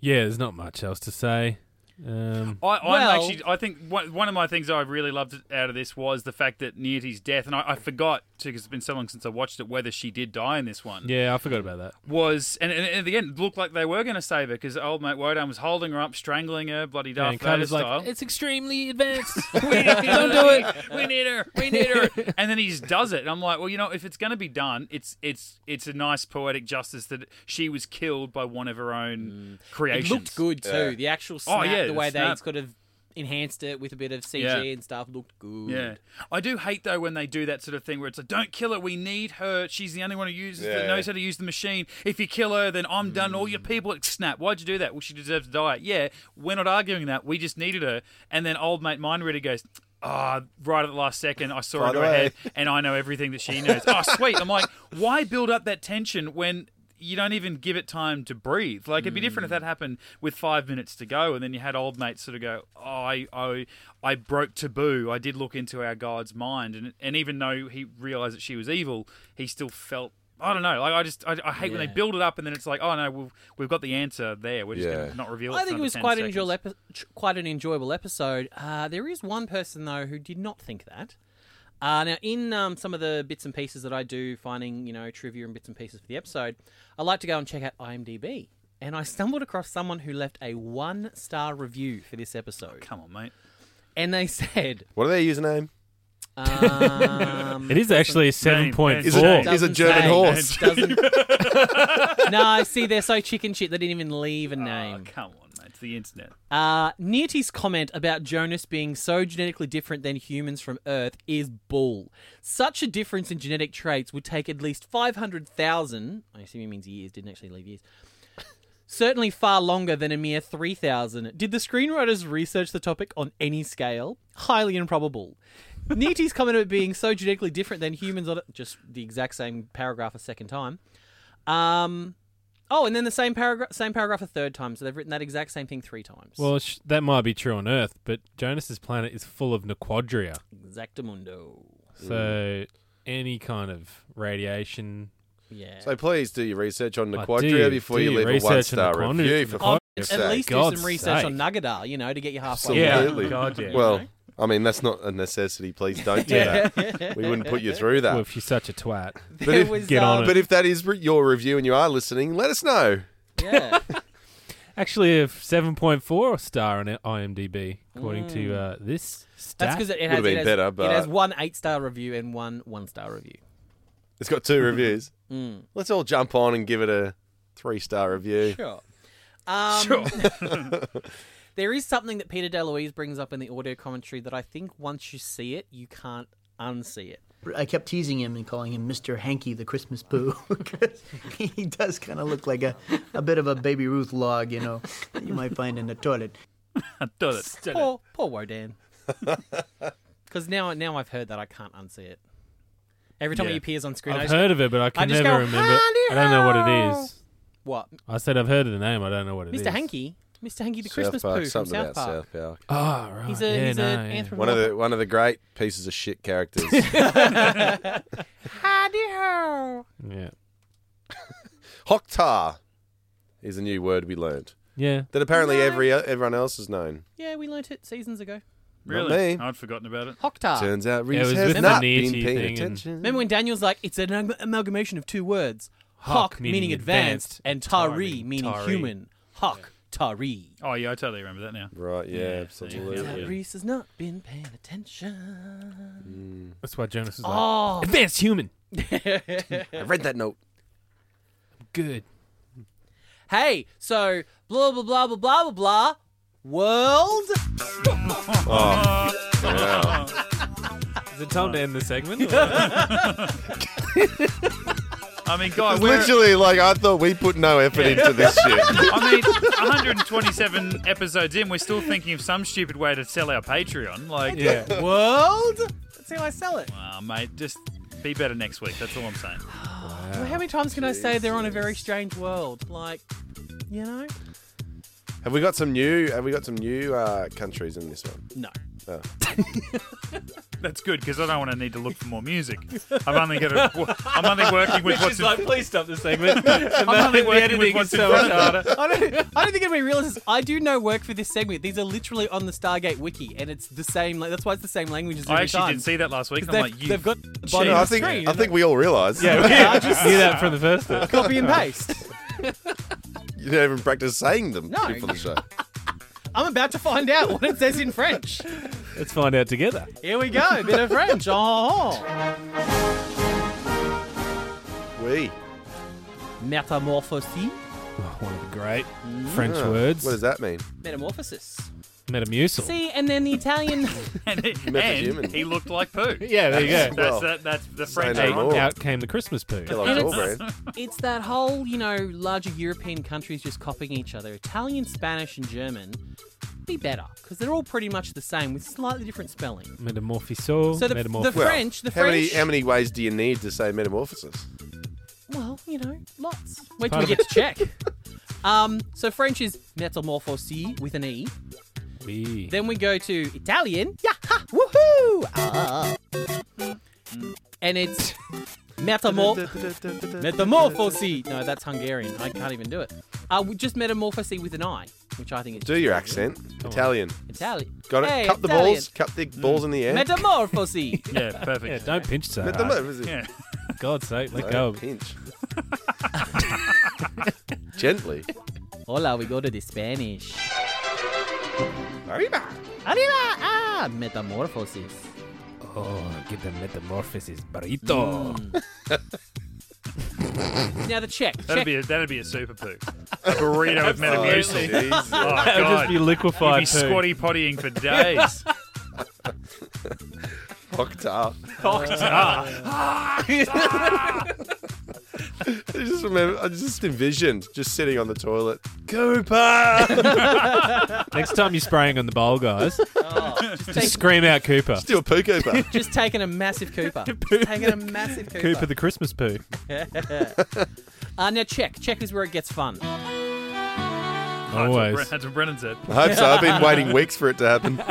[SPEAKER 3] Yeah, there's not much else to say. Um,
[SPEAKER 1] I, I'm
[SPEAKER 4] Well-
[SPEAKER 1] actually. I think one, one of my things I really loved out of this was the fact that Nearty's death, and I, I forgot because it's been so long since I watched it whether she did die in this one.
[SPEAKER 3] yeah, I forgot about that.
[SPEAKER 1] was and, and at the end looked like they were going to save her because old mate Wodan was holding her up, strangling her, bloody Darth
[SPEAKER 3] and
[SPEAKER 1] Vader
[SPEAKER 3] Carter's like,
[SPEAKER 1] style.
[SPEAKER 3] it's extremely advanced.
[SPEAKER 1] Don't do it. We need her. We need her. And then he just does it. And I'm like, well, you know, if it's going to be done, it's it's it's a nice poetic justice that she was killed by one of her own
[SPEAKER 4] It
[SPEAKER 1] creations.
[SPEAKER 4] looked good too. The actual snap,
[SPEAKER 1] Oh, yeah,
[SPEAKER 4] the
[SPEAKER 1] the
[SPEAKER 4] way
[SPEAKER 1] snap.
[SPEAKER 4] they could have enhanced it with a bit of CG
[SPEAKER 1] Yeah.
[SPEAKER 4] and stuff, looked good.
[SPEAKER 1] Yeah, I do hate though when they do that sort of thing where it's like, "Don't kill her. We need her. She's the only one who uses that
[SPEAKER 2] Yeah.
[SPEAKER 1] knows how to use the machine. If you kill her, then I'm done. All your people snap. Why'd you do that? Well, she deserves to die. Yeah, we're not arguing that. We just needed her. And then old mate mine reader goes. Ah, right at the last second, I saw
[SPEAKER 2] By
[SPEAKER 1] her into
[SPEAKER 2] the
[SPEAKER 1] her
[SPEAKER 2] way."
[SPEAKER 1] head, and I know everything that she knows. oh, sweet! I'm like, why build up that tension when you don't even give it time to breathe? Like, it'd be different if that happened with five minutes to go, and then you had old mates sort of go, "Oh, I, I, I broke taboo. I did look into our God's mind, and and even though he realized that she was evil, he still felt." I don't know. Like I just, I, I hate when they
[SPEAKER 4] Yeah.
[SPEAKER 1] build it up and then it's like, oh no, we've, we've got the answer there. We're just
[SPEAKER 2] Yeah.
[SPEAKER 1] going to not reveal. it
[SPEAKER 4] I
[SPEAKER 1] for
[SPEAKER 4] think it
[SPEAKER 1] another
[SPEAKER 4] was
[SPEAKER 1] 10
[SPEAKER 4] quite an,
[SPEAKER 1] seconds."
[SPEAKER 4] enjoyable epi- ch- quite an enjoyable episode. Uh, there is one person though who did not think that. Uh, now, in um, some of the bits and pieces that I do, finding you know trivia and bits and pieces for the episode, I like to go and check out IMDb, and I stumbled across someone who left a one-star review for this episode,
[SPEAKER 1] Come on, mate.
[SPEAKER 4] and they said,
[SPEAKER 2] What are their username?
[SPEAKER 4] um,
[SPEAKER 3] It is actually seven
[SPEAKER 1] Name,
[SPEAKER 3] point
[SPEAKER 1] name.
[SPEAKER 2] Is it,
[SPEAKER 1] Oh.
[SPEAKER 2] is it
[SPEAKER 1] Doesn't
[SPEAKER 2] German
[SPEAKER 4] say.
[SPEAKER 2] horse?
[SPEAKER 4] Doesn't... no, see, they're so chicken shit they didn't even leave
[SPEAKER 2] Ah,
[SPEAKER 4] a
[SPEAKER 1] Oh,
[SPEAKER 4] name.
[SPEAKER 1] come on, mate. It's the internet.
[SPEAKER 4] Uh, Nearty's comment about Jonas being so genetically different than humans from Earth is bull. Such a difference in genetic traits would take at least 500,000, I assume he means years, didn't actually leave years, certainly far longer than a mere 3,000. Did the screenwriters research the topic on any scale? Highly improbable. Nearty's comment about being so genetically different than humans on just the exact same paragraph a second time. Um, oh, and then the same paragraph, same paragraph a third time. So they've written that exact same thing three times.
[SPEAKER 3] Well, sh- that might be true on Earth, but Jonas's planet is full of Nequadria,
[SPEAKER 4] Exactamundo.
[SPEAKER 3] so
[SPEAKER 4] Mm.
[SPEAKER 3] any kind of radiation.
[SPEAKER 4] Yeah.
[SPEAKER 2] So please do your research on the
[SPEAKER 3] Like, do
[SPEAKER 2] quadria
[SPEAKER 3] you-
[SPEAKER 2] before
[SPEAKER 3] do
[SPEAKER 2] you
[SPEAKER 3] your
[SPEAKER 2] leave a
[SPEAKER 3] research on
[SPEAKER 2] one star
[SPEAKER 3] the quandri-
[SPEAKER 2] review.
[SPEAKER 3] the
[SPEAKER 2] For
[SPEAKER 3] quandri-
[SPEAKER 2] fuck's
[SPEAKER 4] at
[SPEAKER 2] sake.
[SPEAKER 4] least do
[SPEAKER 3] God's
[SPEAKER 4] some research on
[SPEAKER 3] sake.
[SPEAKER 4] Nagadar, you know, to get you halfway.
[SPEAKER 2] Yeah.
[SPEAKER 4] there.
[SPEAKER 2] Absolutely.
[SPEAKER 1] God, yeah.
[SPEAKER 2] Well, I mean that's not a necessity. Please don't do that. We wouldn't put you through that.
[SPEAKER 3] Well, if you're such a twat,
[SPEAKER 4] There
[SPEAKER 2] But if-
[SPEAKER 4] was,
[SPEAKER 3] get on
[SPEAKER 4] um,
[SPEAKER 3] it.
[SPEAKER 2] But if that is re- your review and you are listening, let us know.
[SPEAKER 4] Yeah.
[SPEAKER 3] actually, a seven point four star on IMDb according to uh, this stat.
[SPEAKER 4] Mm. That's because it,
[SPEAKER 2] Would've
[SPEAKER 4] has,
[SPEAKER 2] been
[SPEAKER 4] it, has,
[SPEAKER 2] better,
[SPEAKER 4] it
[SPEAKER 2] but-
[SPEAKER 4] has one eight star review and one one star review.
[SPEAKER 2] It's got two reviews.
[SPEAKER 4] Hmm.
[SPEAKER 2] Let's all jump on and give it a three star review.
[SPEAKER 4] Sure. Um, there is something that Peter DeLuise brings up in the audio commentary that I think once you see it, you can't unsee it.
[SPEAKER 8] I kept teasing him and calling him Mr. Hanky the Christmas Pooh because he does kind of look like a, a bit of a Baby Ruth log, you know, that you might find in the toilet.
[SPEAKER 1] Do it. Do it.
[SPEAKER 4] Poor, poor Wodan. Because now, now I've heard that, I can't unsee it. Every time
[SPEAKER 1] Yeah.
[SPEAKER 4] he appears on screen, I
[SPEAKER 3] I've
[SPEAKER 4] just-
[SPEAKER 3] heard of it, but I can
[SPEAKER 4] just
[SPEAKER 3] never
[SPEAKER 4] go,
[SPEAKER 3] remember. I don't know what it
[SPEAKER 4] "Howdy-ho!"
[SPEAKER 3] is.
[SPEAKER 4] What?
[SPEAKER 3] I said I've heard of the name. I don't know what it is.
[SPEAKER 4] Mr. Hanky? Mr. Hanky the
[SPEAKER 2] South
[SPEAKER 4] Christmas
[SPEAKER 2] Park,
[SPEAKER 4] Poo from
[SPEAKER 2] something
[SPEAKER 4] South
[SPEAKER 2] about
[SPEAKER 4] Park.
[SPEAKER 2] South Park.
[SPEAKER 3] Oh, right.
[SPEAKER 4] He's a
[SPEAKER 3] yeah,
[SPEAKER 4] he's
[SPEAKER 3] no,
[SPEAKER 4] an
[SPEAKER 3] yeah.
[SPEAKER 4] anthropomorphic.
[SPEAKER 2] One of the one of the great pieces of shit characters.
[SPEAKER 4] Howdy-ho.
[SPEAKER 3] Yeah.
[SPEAKER 2] Hoktar is a new word we learned
[SPEAKER 3] Yeah.
[SPEAKER 2] that apparently every everyone else has known.
[SPEAKER 4] Yeah, we learnt it seasons ago.
[SPEAKER 1] Really? Oh,
[SPEAKER 2] me.
[SPEAKER 1] I'd forgotten about it.
[SPEAKER 4] Hoktar.
[SPEAKER 2] Turns out
[SPEAKER 3] it
[SPEAKER 2] Reese
[SPEAKER 3] was
[SPEAKER 2] has
[SPEAKER 3] with the
[SPEAKER 2] not
[SPEAKER 3] Nietzsche
[SPEAKER 2] been paying
[SPEAKER 3] thing and-
[SPEAKER 2] attention.
[SPEAKER 4] Remember when Daniel's like, it's an am- amalgamation of two words.
[SPEAKER 3] Hock
[SPEAKER 4] Hawk, meaning,
[SPEAKER 3] meaning
[SPEAKER 4] advanced,
[SPEAKER 3] advanced,
[SPEAKER 4] and
[SPEAKER 3] Tari
[SPEAKER 4] Tari meaning
[SPEAKER 3] Tari.
[SPEAKER 4] human. Hawk, Tari.
[SPEAKER 1] Oh, yeah, I totally remember that now.
[SPEAKER 2] Right, yeah,
[SPEAKER 1] Yeah,
[SPEAKER 2] absolutely.
[SPEAKER 1] yeah.
[SPEAKER 4] Reese has not been paying attention.
[SPEAKER 3] That's why Jonas is like
[SPEAKER 4] Oh,
[SPEAKER 3] advanced human.
[SPEAKER 2] I read that note.
[SPEAKER 3] Good.
[SPEAKER 4] hey, so blah, blah, blah, blah, blah, blah, blah. World?
[SPEAKER 3] Is it time to end the segment?
[SPEAKER 1] I mean, guy,
[SPEAKER 2] It's
[SPEAKER 1] Oh, we're,
[SPEAKER 2] literally like I thought we put no effort into this shit.
[SPEAKER 1] I mean, 127 episodes in, we're still thinking of some stupid way to sell our Patreon. Like,
[SPEAKER 3] yeah.
[SPEAKER 4] World? That's how I sell it.
[SPEAKER 1] ah, mate, just be better next week. That's all I'm saying.
[SPEAKER 4] Well, how many times can I say they're on a very strange world? Like, you know?
[SPEAKER 2] Have we got some new? Have we got some new uh, countries in this one? Uh,
[SPEAKER 4] No.
[SPEAKER 1] That's good because I don't want to need to look for more music. I'm only gonna. I'm only working with what's. In,
[SPEAKER 3] please stop the segment.
[SPEAKER 1] I'm only working with what's in front of me.
[SPEAKER 4] I don't, I don't think anybody realizes I do no work for this segment. These are literally on the Stargate wiki, and it's the same. Like, that's why it's the same language as every
[SPEAKER 1] I actually
[SPEAKER 4] time.
[SPEAKER 1] didn't see that last week. and
[SPEAKER 4] They've,
[SPEAKER 1] I'm like, you.
[SPEAKER 4] they've got the bottom
[SPEAKER 1] cheat.
[SPEAKER 2] No,
[SPEAKER 4] of
[SPEAKER 2] I
[SPEAKER 4] the
[SPEAKER 2] think
[SPEAKER 4] screen,
[SPEAKER 2] I
[SPEAKER 4] and
[SPEAKER 2] think we all realise.
[SPEAKER 3] yeah, I just knew that from the first bit.
[SPEAKER 4] they copy and paste.
[SPEAKER 2] you don't even practice saying them
[SPEAKER 4] No.
[SPEAKER 2] before the show.
[SPEAKER 4] I'm about to find out what it says in French.
[SPEAKER 3] Let's find out together.
[SPEAKER 4] Here we go, bit of French. Oh,
[SPEAKER 2] We.
[SPEAKER 4] metamorphosis.
[SPEAKER 3] Oh, One of the great French words.
[SPEAKER 2] What does that mean?
[SPEAKER 4] Metamorphosis.
[SPEAKER 3] Metamucil.
[SPEAKER 4] See, and then the Italian.
[SPEAKER 1] and
[SPEAKER 2] Metahuman.
[SPEAKER 1] and he looked like poo.
[SPEAKER 3] Yeah, there you go.
[SPEAKER 1] That's
[SPEAKER 2] Well,
[SPEAKER 1] that. That's the
[SPEAKER 2] say
[SPEAKER 1] French.
[SPEAKER 2] no
[SPEAKER 1] one.
[SPEAKER 2] more.
[SPEAKER 3] Out came the Christmas poo.
[SPEAKER 2] Kellogg's All Brand.
[SPEAKER 4] It's that whole, you know, larger European countries just copying each other. Italian, Spanish, and German be better because they're all pretty much the same with slightly different spelling.
[SPEAKER 3] Metamorphiso.
[SPEAKER 4] So the-
[SPEAKER 3] metamorph-
[SPEAKER 4] the- French, the
[SPEAKER 2] how Many,
[SPEAKER 4] French-
[SPEAKER 2] how many ways do you need to say metamorphosis?
[SPEAKER 4] Well, you know, lots. Wait till
[SPEAKER 3] Part
[SPEAKER 4] we
[SPEAKER 3] of
[SPEAKER 4] get to check. Um, so French is metamorphosi with an e.
[SPEAKER 3] We-
[SPEAKER 4] Then we go to Italian. Yeah, ha, woohoo! Ah. And it's metamorph. Metamorphosi. No, that's Hungarian. I can't even do it. Uh, we just metamorphosi with an I. which I think is
[SPEAKER 2] Do your accent. Italian.
[SPEAKER 4] Italian.
[SPEAKER 2] Got it?
[SPEAKER 4] Hey,
[SPEAKER 2] cut the
[SPEAKER 4] Italian.
[SPEAKER 2] balls. Cut the balls in the air.
[SPEAKER 4] Metamorphosis.
[SPEAKER 1] Yeah,
[SPEAKER 3] Yeah,
[SPEAKER 1] perfect.
[SPEAKER 3] don't pinch so
[SPEAKER 2] Met the
[SPEAKER 3] hard.
[SPEAKER 2] mo- is it?
[SPEAKER 1] Yeah.
[SPEAKER 3] For God's sake, let
[SPEAKER 2] Don't
[SPEAKER 3] go.
[SPEAKER 2] Pinch. Gently.
[SPEAKER 4] Hola, we go to the Spanish.
[SPEAKER 2] Arriba.
[SPEAKER 4] Arriba! Ah, metamorphosis.
[SPEAKER 3] Oh, get the metamorphosis burrito.
[SPEAKER 4] Now the check.
[SPEAKER 1] That'd
[SPEAKER 4] check.
[SPEAKER 1] be a, that'd be a super poo. A burrito with metamucil. Oh,
[SPEAKER 2] Jesus.
[SPEAKER 3] That would
[SPEAKER 1] God.
[SPEAKER 3] just be
[SPEAKER 1] You'd
[SPEAKER 3] liquefied
[SPEAKER 1] be
[SPEAKER 3] poo.
[SPEAKER 1] squatty pottying for days.
[SPEAKER 2] Fucked up.
[SPEAKER 1] Cocked up.
[SPEAKER 2] I just remember. I just envisioned just sitting on the toilet. Cooper.
[SPEAKER 3] Next time you're spraying on the bowl, guys,
[SPEAKER 4] Oh.
[SPEAKER 3] just scream out Cooper.
[SPEAKER 2] Still poo Cooper.
[SPEAKER 4] Just taking a massive Cooper. Just taking a massive Cooper.
[SPEAKER 3] Cooper the Christmas poo.
[SPEAKER 4] Uh, now check. Check is where it gets fun.
[SPEAKER 1] That's what,
[SPEAKER 3] Always.
[SPEAKER 1] Bren- that's what Brennan said.
[SPEAKER 2] I hope so. I've been waiting weeks for it to happen.
[SPEAKER 3] Been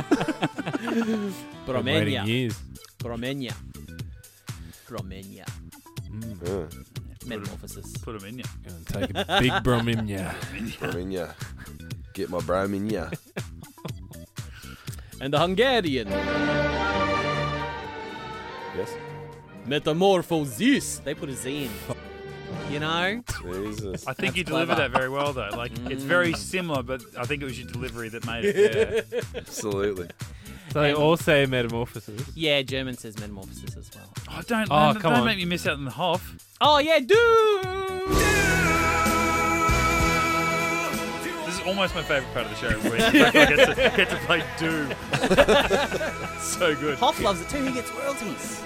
[SPEAKER 3] waiting
[SPEAKER 4] Bromenia.
[SPEAKER 3] years.
[SPEAKER 4] Bromenia. Bromenia.
[SPEAKER 2] Yeah.
[SPEAKER 4] Metamorphosis.
[SPEAKER 1] Put them in you.
[SPEAKER 3] Gonna take a big bromenia.
[SPEAKER 2] Bromin, yeah. Get my bromin, yeah.
[SPEAKER 4] And the Hungarian.
[SPEAKER 2] Yes.
[SPEAKER 4] Metamorphosis. They put a Z in. You know?
[SPEAKER 2] Jesus.
[SPEAKER 1] I think
[SPEAKER 4] That's
[SPEAKER 1] you delivered
[SPEAKER 4] clever. Mm.
[SPEAKER 1] that very well, though. Like, it's very similar, but I think it was your delivery that made it. Yeah.
[SPEAKER 2] Absolutely.
[SPEAKER 3] So they all say metamorphosis.
[SPEAKER 4] Yeah, German says metamorphosis as well.
[SPEAKER 1] Oh, don't,
[SPEAKER 3] Oh,
[SPEAKER 1] don't,
[SPEAKER 3] come
[SPEAKER 1] don't
[SPEAKER 3] on.
[SPEAKER 1] make me miss out on the Hoff.
[SPEAKER 4] Oh yeah, dude.
[SPEAKER 1] This is almost my favourite part of the show. Where I get to, get to play Doom. so good.
[SPEAKER 4] Hoff loves it too. He gets royalties.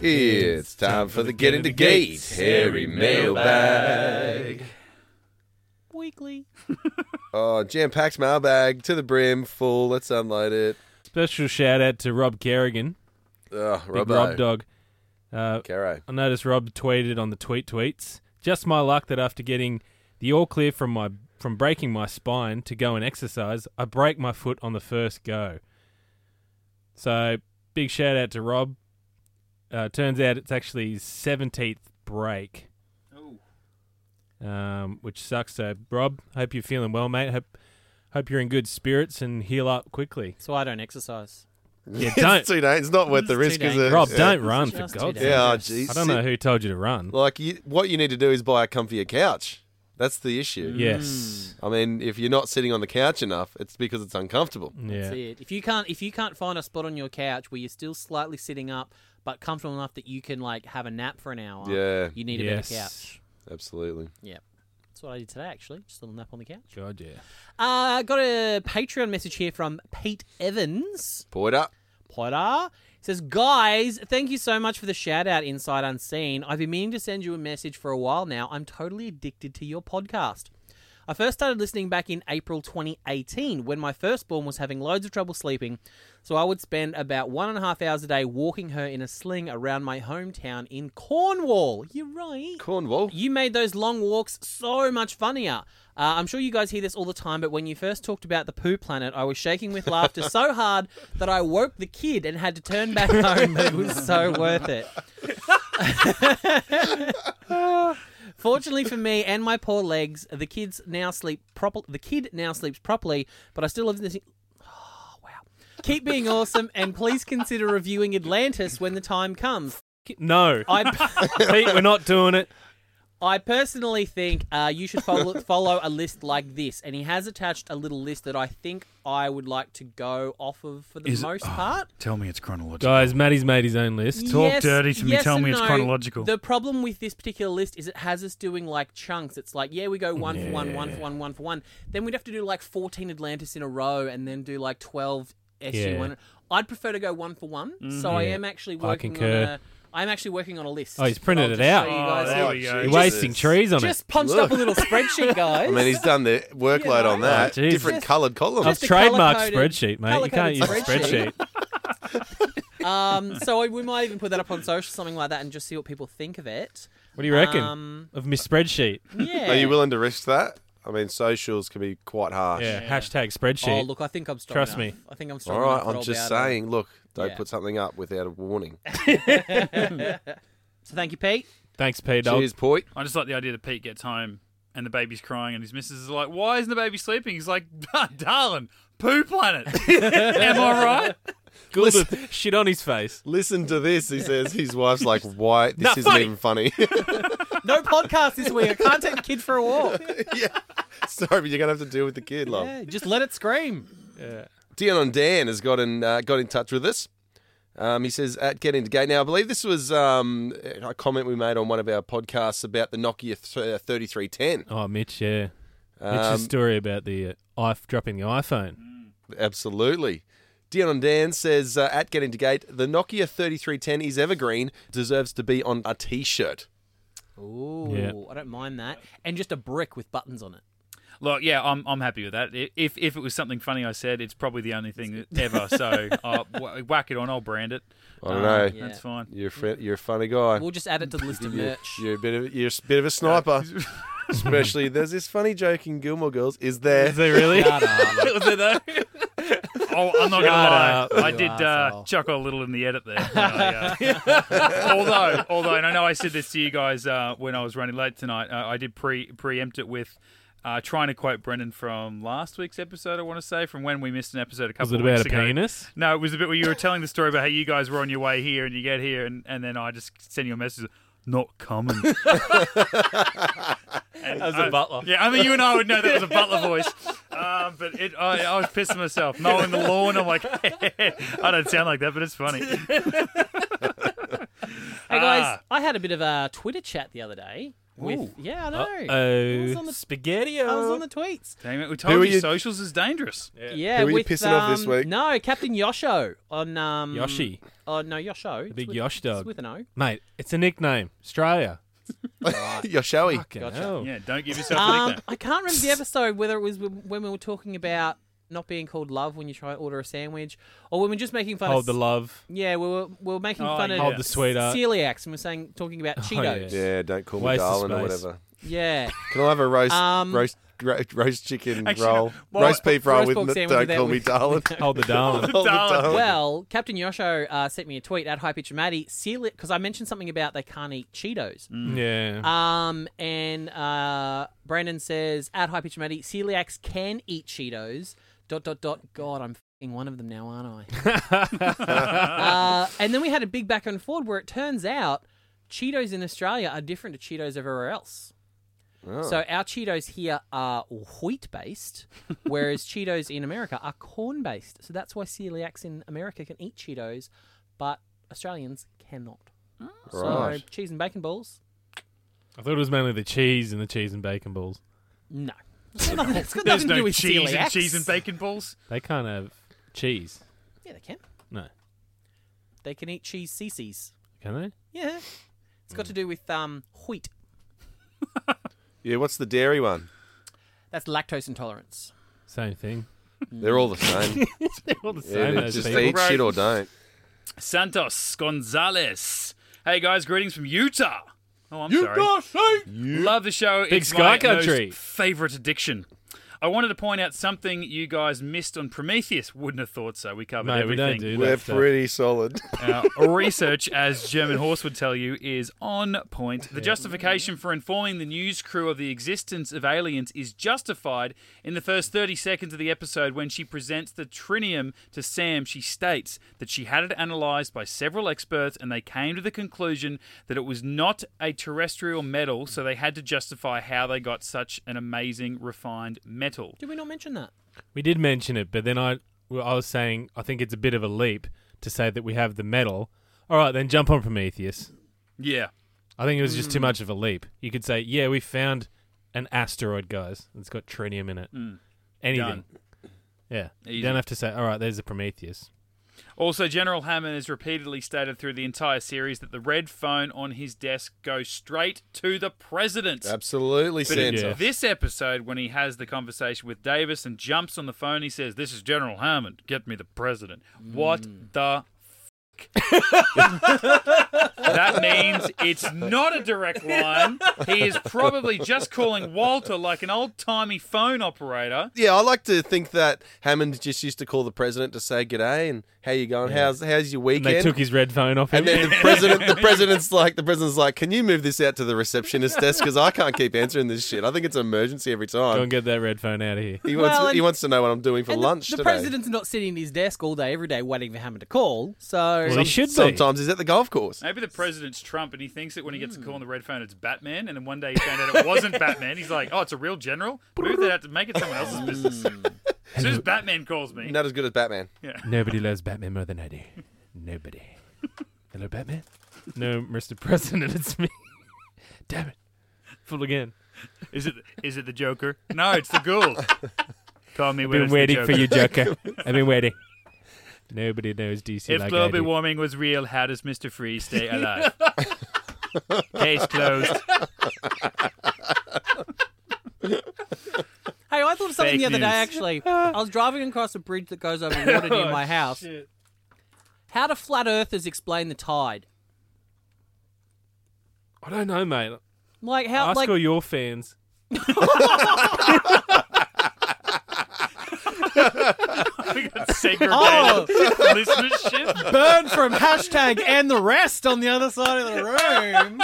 [SPEAKER 2] It's time for the Get Into Gates Harry Mailbag.
[SPEAKER 4] Weekly.
[SPEAKER 2] Oh, jam packed mailbag to the brim, full. Let's unload it.
[SPEAKER 3] Special shout out to Rob Kerrigan,
[SPEAKER 2] Oh,
[SPEAKER 3] big
[SPEAKER 2] Robbo.
[SPEAKER 3] Rob dog. Uh,
[SPEAKER 2] Caro.
[SPEAKER 3] I noticed Rob tweeted on the tweet tweets. Just my luck that after getting the all clear from my from breaking my spine to go and exercise, I break my foot on the first go. So big shout out to Rob. Uh, turns out it's actually his seventeenth break, um, which sucks. So Rob, hope you're feeling well, mate. Hope hope you're in good spirits and heal up quickly.
[SPEAKER 4] So I don't exercise.
[SPEAKER 3] Yeah,
[SPEAKER 2] It's
[SPEAKER 3] don't
[SPEAKER 2] too dangerous. It's not worth
[SPEAKER 4] It's
[SPEAKER 2] the
[SPEAKER 4] too
[SPEAKER 2] risk, is it?
[SPEAKER 4] dangerous.
[SPEAKER 3] Rob,
[SPEAKER 2] Yeah.
[SPEAKER 3] don't run for
[SPEAKER 4] Just too
[SPEAKER 3] God's sake.
[SPEAKER 2] Yeah, oh,
[SPEAKER 4] dangerous.
[SPEAKER 2] jeez.
[SPEAKER 3] I don't know who told you to run.
[SPEAKER 2] Like, you, what you need to do is buy a comfier couch. That's the issue.
[SPEAKER 3] Mm.
[SPEAKER 4] mm.
[SPEAKER 3] Yes.
[SPEAKER 2] I mean, if you're not sitting on the couch enough, it's because it's uncomfortable.
[SPEAKER 3] Yeah.
[SPEAKER 4] That's it. If you can't if you can't find a spot on your couch where you're still slightly sitting up but comfortable enough that you can like have a nap for an hour,
[SPEAKER 2] Yeah.
[SPEAKER 4] you need a
[SPEAKER 3] yes.
[SPEAKER 4] better couch.
[SPEAKER 2] Absolutely.
[SPEAKER 4] That's what I did today actually. Just a little nap on the couch.
[SPEAKER 3] God, yeah.
[SPEAKER 4] Uh got a Patreon message here from Pete Evans.
[SPEAKER 2] Pour it up.
[SPEAKER 4] Potter. Says, guys, thank you so much for the shout out, Inside Unseen. I've been meaning to send you a message for a while now. I'm totally addicted to your podcast. I first started listening back in April 2018 when my firstborn was having loads of trouble sleeping, so I would spend about one and a half hours a day walking her in a sling around my hometown in Cornwall. You're right.
[SPEAKER 2] Cornwall.
[SPEAKER 4] You made those long walks so much funnier. Uh, I'm sure you guys hear this all the time, but when you first talked about the poo planet, I was shaking with laughter so hard that I woke the kid and had to turn back home, but it was so worth it. Fortunately for me and my poor legs, the kids now sleep proper. The kid now sleeps properly, but I still live in this. Oh, wow. Keep being awesome, and please consider reviewing Atlantis when the time comes.
[SPEAKER 3] No.
[SPEAKER 4] I.
[SPEAKER 3] Pete, we're not doing it.
[SPEAKER 4] I personally think uh, you should follow, follow a list like this, and he has attached a little list that I think I would like to go off of for the
[SPEAKER 1] Is it-
[SPEAKER 4] most
[SPEAKER 1] oh,
[SPEAKER 4] part.
[SPEAKER 1] Tell me it's chronological.
[SPEAKER 3] Guys, Matty's made his own list.
[SPEAKER 1] talk dirty to me, tell
[SPEAKER 4] and
[SPEAKER 1] me it's chronological.
[SPEAKER 4] The problem with this particular list is it has us doing like chunks. It's like, yeah, we go one for one, one for one, one for one. Then we'd have to do like 14 Atlantis in a row and then do like 12 SU1.
[SPEAKER 3] Yeah.
[SPEAKER 4] I'd prefer to go one for one. So
[SPEAKER 1] Mm-hmm.
[SPEAKER 4] I am actually
[SPEAKER 3] I
[SPEAKER 4] working on
[SPEAKER 3] concur.
[SPEAKER 4] a. I'm actually working on a list.
[SPEAKER 3] Oh, he's printed
[SPEAKER 4] I'll
[SPEAKER 3] it
[SPEAKER 4] just show
[SPEAKER 3] out.
[SPEAKER 4] you
[SPEAKER 1] Oh,
[SPEAKER 4] guys
[SPEAKER 1] there we go.
[SPEAKER 3] You're
[SPEAKER 2] Jesus.
[SPEAKER 3] wasting trees on
[SPEAKER 4] Just punched up a little spreadsheet, guys.
[SPEAKER 2] I mean, he's done the workload on that.
[SPEAKER 3] Oh, jeez.
[SPEAKER 2] Different
[SPEAKER 4] Just-
[SPEAKER 2] coloured
[SPEAKER 3] it.
[SPEAKER 2] columns.
[SPEAKER 3] I've
[SPEAKER 4] just a
[SPEAKER 3] trademarked
[SPEAKER 4] colour-coded-
[SPEAKER 3] spreadsheet, mate. You can't
[SPEAKER 4] colour-coded
[SPEAKER 3] use a
[SPEAKER 4] spreadsheet.
[SPEAKER 3] spreadsheet.
[SPEAKER 4] um, so we might even put that up on social, something like that, and just see what people think of it.
[SPEAKER 3] What do you reckon
[SPEAKER 4] Um,
[SPEAKER 3] of Miss Spreadsheet?
[SPEAKER 4] Yeah.
[SPEAKER 2] Are you willing to risk that? I mean, socials can be quite harsh.
[SPEAKER 3] Yeah, hashtag
[SPEAKER 4] Oh,
[SPEAKER 3] spreadsheet.
[SPEAKER 4] look, I think I'm strong.
[SPEAKER 3] Trust
[SPEAKER 4] enough.
[SPEAKER 3] me.
[SPEAKER 4] I think I'm strong.
[SPEAKER 2] All right,
[SPEAKER 4] enough for
[SPEAKER 2] I'm just
[SPEAKER 4] Alberta.
[SPEAKER 2] saying, look, don't
[SPEAKER 4] Yeah.
[SPEAKER 2] put something up without a warning.
[SPEAKER 4] So thank you, Pete.
[SPEAKER 3] Thanks, Pete.
[SPEAKER 2] Cheers, Poit.
[SPEAKER 1] I just like the idea that Pete gets home and the baby's crying, and his missus is like, "Why isn't the baby sleeping?" He's like, "Darling, poo planet. Am I right?"
[SPEAKER 3] Gulden shit on his face.
[SPEAKER 2] Listen to this, he says. His wife's like, "Why? This
[SPEAKER 1] Not
[SPEAKER 2] isn't
[SPEAKER 1] funny."
[SPEAKER 2] even funny."
[SPEAKER 4] No podcast this week. I can't take the kid for a walk.
[SPEAKER 2] Sorry, but you're gonna have to deal with the kid, love.
[SPEAKER 4] Yeah, just let it scream.
[SPEAKER 2] Dion on Dan has got in uh, got in touch with us. Um, he says at Get Into Gate. Now I believe this was um, a comment we made on one of our podcasts about the Nokia th- uh, 3310.
[SPEAKER 3] Oh, Mitch, yeah.
[SPEAKER 2] Um,
[SPEAKER 3] Mitch's story about the uh, i- dropping the iPhone.
[SPEAKER 2] Absolutely. Dion on Dan says uh, at Get Into Gate. The Nokia 3310 is evergreen. Deserves to be on a T-shirt.
[SPEAKER 4] Ooh,
[SPEAKER 3] Yeah.
[SPEAKER 4] I don't mind that. And just a brick with buttons on it.
[SPEAKER 1] Look, yeah, I'm I'm happy with that. I- If if it was something funny I said, it's probably the only thing ever. So uh, wh- whack it on, I'll brand it.
[SPEAKER 2] I don't know.
[SPEAKER 4] Ah, yeah.
[SPEAKER 1] That's fine.
[SPEAKER 2] You're a fri you're a funny guy.
[SPEAKER 4] We'll just add it to the list of merch.
[SPEAKER 2] You're a bit of you're a bit of a sniper. Especially there's this funny joke in Gilmore Girls. Is there?
[SPEAKER 3] Is it really?
[SPEAKER 1] Was it though? Oh, I'm not gonna lie.
[SPEAKER 3] up,
[SPEAKER 1] I
[SPEAKER 3] you
[SPEAKER 1] did uh,
[SPEAKER 3] arsehole.
[SPEAKER 1] chuckle a little in the edit there. I, uh, although, although, and I know I said this to you guys uh, when I was running late tonight. Uh, I did pre preempt it with. Uh, trying to quote Brendan from last week's episode, I want to say, from when we missed an episode a couple
[SPEAKER 3] Was it
[SPEAKER 1] of
[SPEAKER 3] about
[SPEAKER 1] weeks
[SPEAKER 3] a
[SPEAKER 1] ago.
[SPEAKER 3] penis?
[SPEAKER 1] No, it was a bit where you were telling the story about how you guys were on your way here and you get here, and, and then I just send you a message, not coming. And
[SPEAKER 3] was a
[SPEAKER 1] I-
[SPEAKER 3] butler.
[SPEAKER 1] Yeah, only you and I would know that was a butler voice. Um, but it, I, I was pissing myself mowing the lawn. I'm like, I don't sound like that, but it's funny.
[SPEAKER 4] Hey guys,
[SPEAKER 1] Ah.
[SPEAKER 4] I had a bit of a Twitter chat the other day. With,
[SPEAKER 1] Ooh.
[SPEAKER 4] yeah, I know. I was on
[SPEAKER 3] Oh,
[SPEAKER 4] the-
[SPEAKER 3] spaghetti.
[SPEAKER 4] I was on the tweets.
[SPEAKER 1] Dang it, we
[SPEAKER 2] Who
[SPEAKER 1] told
[SPEAKER 2] are
[SPEAKER 1] you,
[SPEAKER 2] you-
[SPEAKER 1] socials is dangerous.
[SPEAKER 4] Yeah,
[SPEAKER 2] Who are
[SPEAKER 4] with,
[SPEAKER 2] you pissing off this
[SPEAKER 4] um,
[SPEAKER 2] week?
[SPEAKER 4] No, Captain Yosho on um
[SPEAKER 3] Yoshi,
[SPEAKER 4] Oh no, Yosho. It's
[SPEAKER 3] big
[SPEAKER 4] with-
[SPEAKER 3] Yosh
[SPEAKER 4] it's
[SPEAKER 3] dog.
[SPEAKER 4] with an O.
[SPEAKER 3] mate, it's a nickname. Australia.
[SPEAKER 2] you're showy.
[SPEAKER 3] Fucking
[SPEAKER 4] Gotcha.
[SPEAKER 3] hell.
[SPEAKER 1] Yeah, don't give yourself a
[SPEAKER 4] Um,
[SPEAKER 1] nickname.
[SPEAKER 4] I can't remember the episode whether it was w- when we were talking about not being called love when you try to order a sandwich, or when we were just making fun
[SPEAKER 3] Hold
[SPEAKER 4] of
[SPEAKER 3] the love.
[SPEAKER 4] yeah, we were we were making
[SPEAKER 1] Oh,
[SPEAKER 4] fun
[SPEAKER 1] yeah.
[SPEAKER 4] of
[SPEAKER 1] Hold the
[SPEAKER 3] sweetheart. Oh,
[SPEAKER 4] celiacs, and we are saying talking about Cheetos.
[SPEAKER 3] yeah.
[SPEAKER 2] Yeah, don't call me
[SPEAKER 3] Waste of
[SPEAKER 2] darling or
[SPEAKER 3] space.
[SPEAKER 2] whatever.
[SPEAKER 4] yeah.
[SPEAKER 2] Can I have a roast
[SPEAKER 4] Um,
[SPEAKER 2] roast ro- roast chicken
[SPEAKER 1] Actually,
[SPEAKER 2] roll,
[SPEAKER 1] no.
[SPEAKER 2] roast beef roll
[SPEAKER 4] Roast
[SPEAKER 2] with
[SPEAKER 4] pork
[SPEAKER 2] n-
[SPEAKER 4] sandwich
[SPEAKER 2] don't
[SPEAKER 4] with that
[SPEAKER 2] call me
[SPEAKER 4] with-
[SPEAKER 2] darling.
[SPEAKER 3] Hold the darling.
[SPEAKER 2] All the
[SPEAKER 1] Darling.
[SPEAKER 2] darling.
[SPEAKER 4] Well, Captain Yosho uh, sent me a tweet at High Pitch Maddie celiac because I mentioned something about they can't eat Cheetos.
[SPEAKER 3] yeah.
[SPEAKER 4] Um, and uh, Brandon says at High Pitch Maddie, celiacs can eat Cheetos. Dot dot dot. God, I'm fing one of them now, aren't I? uh, and then we had a big back and forward where it turns out Cheetos in Australia are different to Cheetos everywhere else.
[SPEAKER 2] Oh.
[SPEAKER 4] So our Cheetos here are wheat based, whereas Cheetos in America are corn based. So that's why celiacs in America can eat Cheetos, but Australians cannot.
[SPEAKER 2] Right.
[SPEAKER 4] So cheese and bacon balls.
[SPEAKER 3] I thought it was mainly the cheese and the cheese and bacon balls.
[SPEAKER 4] No. It's got nothing- it's got
[SPEAKER 1] There's
[SPEAKER 4] nothing to do
[SPEAKER 1] no
[SPEAKER 4] with
[SPEAKER 1] cheese and
[SPEAKER 4] celiacs.
[SPEAKER 1] cheese and bacon balls.
[SPEAKER 3] They can't have cheese.
[SPEAKER 4] Yeah, they can.
[SPEAKER 3] No,
[SPEAKER 4] They can eat cheese CCs.
[SPEAKER 3] can they?
[SPEAKER 4] Yeah. It's
[SPEAKER 1] Mm.
[SPEAKER 4] got to do with um, wheat.
[SPEAKER 2] Yeah, what's the dairy one?
[SPEAKER 4] That's lactose intolerance.
[SPEAKER 3] Same thing.
[SPEAKER 2] They're
[SPEAKER 4] Mm.
[SPEAKER 2] all the same.
[SPEAKER 3] All the
[SPEAKER 2] yeah,
[SPEAKER 3] same.
[SPEAKER 2] they
[SPEAKER 3] those
[SPEAKER 2] just
[SPEAKER 3] people.
[SPEAKER 2] eat
[SPEAKER 1] right?
[SPEAKER 2] shit or don't.
[SPEAKER 1] Santos Gonzalez. Hey guys, greetings from Utah. Oh, I'm sorry. Love the show.
[SPEAKER 3] Big
[SPEAKER 1] it's
[SPEAKER 3] Sky
[SPEAKER 1] my
[SPEAKER 3] Country.
[SPEAKER 1] Most favorite addiction. I wanted to point out something you guys missed on Prometheus. Wouldn't have thought so. We covered
[SPEAKER 3] Mate, we
[SPEAKER 1] everything.
[SPEAKER 3] don't do
[SPEAKER 2] We're
[SPEAKER 3] that. stuff.
[SPEAKER 2] pretty solid.
[SPEAKER 1] Our research, as German Horse would tell you, is on point. The justification for informing the news crew of the existence of aliens is justified in the first 30 seconds of the episode when she presents the trinium to Sam. She states that she had it analysed by several experts and they came to the conclusion that it was not a terrestrial metal, so they had to justify how they got such an amazing, refined metal.
[SPEAKER 4] Did we not mention that?
[SPEAKER 3] We did mention it, but then I, well, I was saying I think it's a bit of a leap to say that we have the metal. All right, then jump on Prometheus.
[SPEAKER 1] Yeah.
[SPEAKER 3] I think it was just too much of a leap. You could say, yeah, we found an asteroid, guys. It's got tritium in it. Anything.
[SPEAKER 1] Done.
[SPEAKER 3] Yeah.
[SPEAKER 1] Easy.
[SPEAKER 3] You don't have to say, all right, there's a Prometheus.
[SPEAKER 1] Also, General Hammond has repeatedly stated through the entire series that the red phone on his desk goes straight to the president.
[SPEAKER 2] Absolutely,
[SPEAKER 1] But in
[SPEAKER 2] Santa.
[SPEAKER 3] Yeah.
[SPEAKER 1] this episode, when he has the conversation with Davis and jumps on the phone, he says, This is General Hammond. Get me the president. What the back. that means it's not a direct line. He is probably just calling Walter like an old timey phone operator.
[SPEAKER 2] Yeah, I like to think that Hammond just used to call the president to say g'day and how you going? How's how's your
[SPEAKER 3] And
[SPEAKER 2] weekend?
[SPEAKER 3] they took his red phone off him.
[SPEAKER 2] And then the president, the president's like, the president's like, can you move this out to the receptionist desk because I can't keep answering this shit. I think it's an emergency every
[SPEAKER 3] Go
[SPEAKER 2] time.
[SPEAKER 3] and get that red phone out of here.
[SPEAKER 2] He wants,
[SPEAKER 4] Well, and-
[SPEAKER 2] he wants to know what I'm doing for
[SPEAKER 4] And the-
[SPEAKER 2] lunch
[SPEAKER 4] the,
[SPEAKER 2] today.
[SPEAKER 4] president's not sitting at his desk all day, every day, waiting for Hammond to call. So
[SPEAKER 3] Well, he should be.
[SPEAKER 2] Sometimes he's at the golf course.
[SPEAKER 1] Maybe the president's Trump and he thinks that when he gets a call on the red phone, it's Batman. And then one day he found out it wasn't Batman. He's like, oh, it's a real general? Move that out to make it someone else's business. As soon as Batman calls me.
[SPEAKER 2] Not as good as Batman.
[SPEAKER 3] Nobody loves Batman more than I do. Nobody. Hello, Batman. No, Mr. President, it's me. Damn it. Fool again.
[SPEAKER 1] Is it is it the Joker? No, it's the ghoul. Call me when
[SPEAKER 3] Been
[SPEAKER 1] it's
[SPEAKER 3] waiting
[SPEAKER 1] the
[SPEAKER 3] for
[SPEAKER 1] Joker.
[SPEAKER 3] you, Joker. I've been waiting. Nobody knows DC
[SPEAKER 1] If
[SPEAKER 3] like I
[SPEAKER 1] global
[SPEAKER 3] do.
[SPEAKER 1] warming was real, how does Mr. Freeze stay alive? Case closed.
[SPEAKER 4] Hey, I thought of something
[SPEAKER 1] Fake
[SPEAKER 4] the other day.
[SPEAKER 1] news. Oh,
[SPEAKER 4] Actually, I was driving across a bridge that goes over water near my house. How do flat earthers explain the tide?
[SPEAKER 3] I don't know, mate.
[SPEAKER 4] Like how?
[SPEAKER 3] Ask
[SPEAKER 4] like
[SPEAKER 3] all your fans.
[SPEAKER 1] We got segregated
[SPEAKER 4] Oh.
[SPEAKER 1] listenership.
[SPEAKER 4] burn from hashtag and the rest on the other side of the room.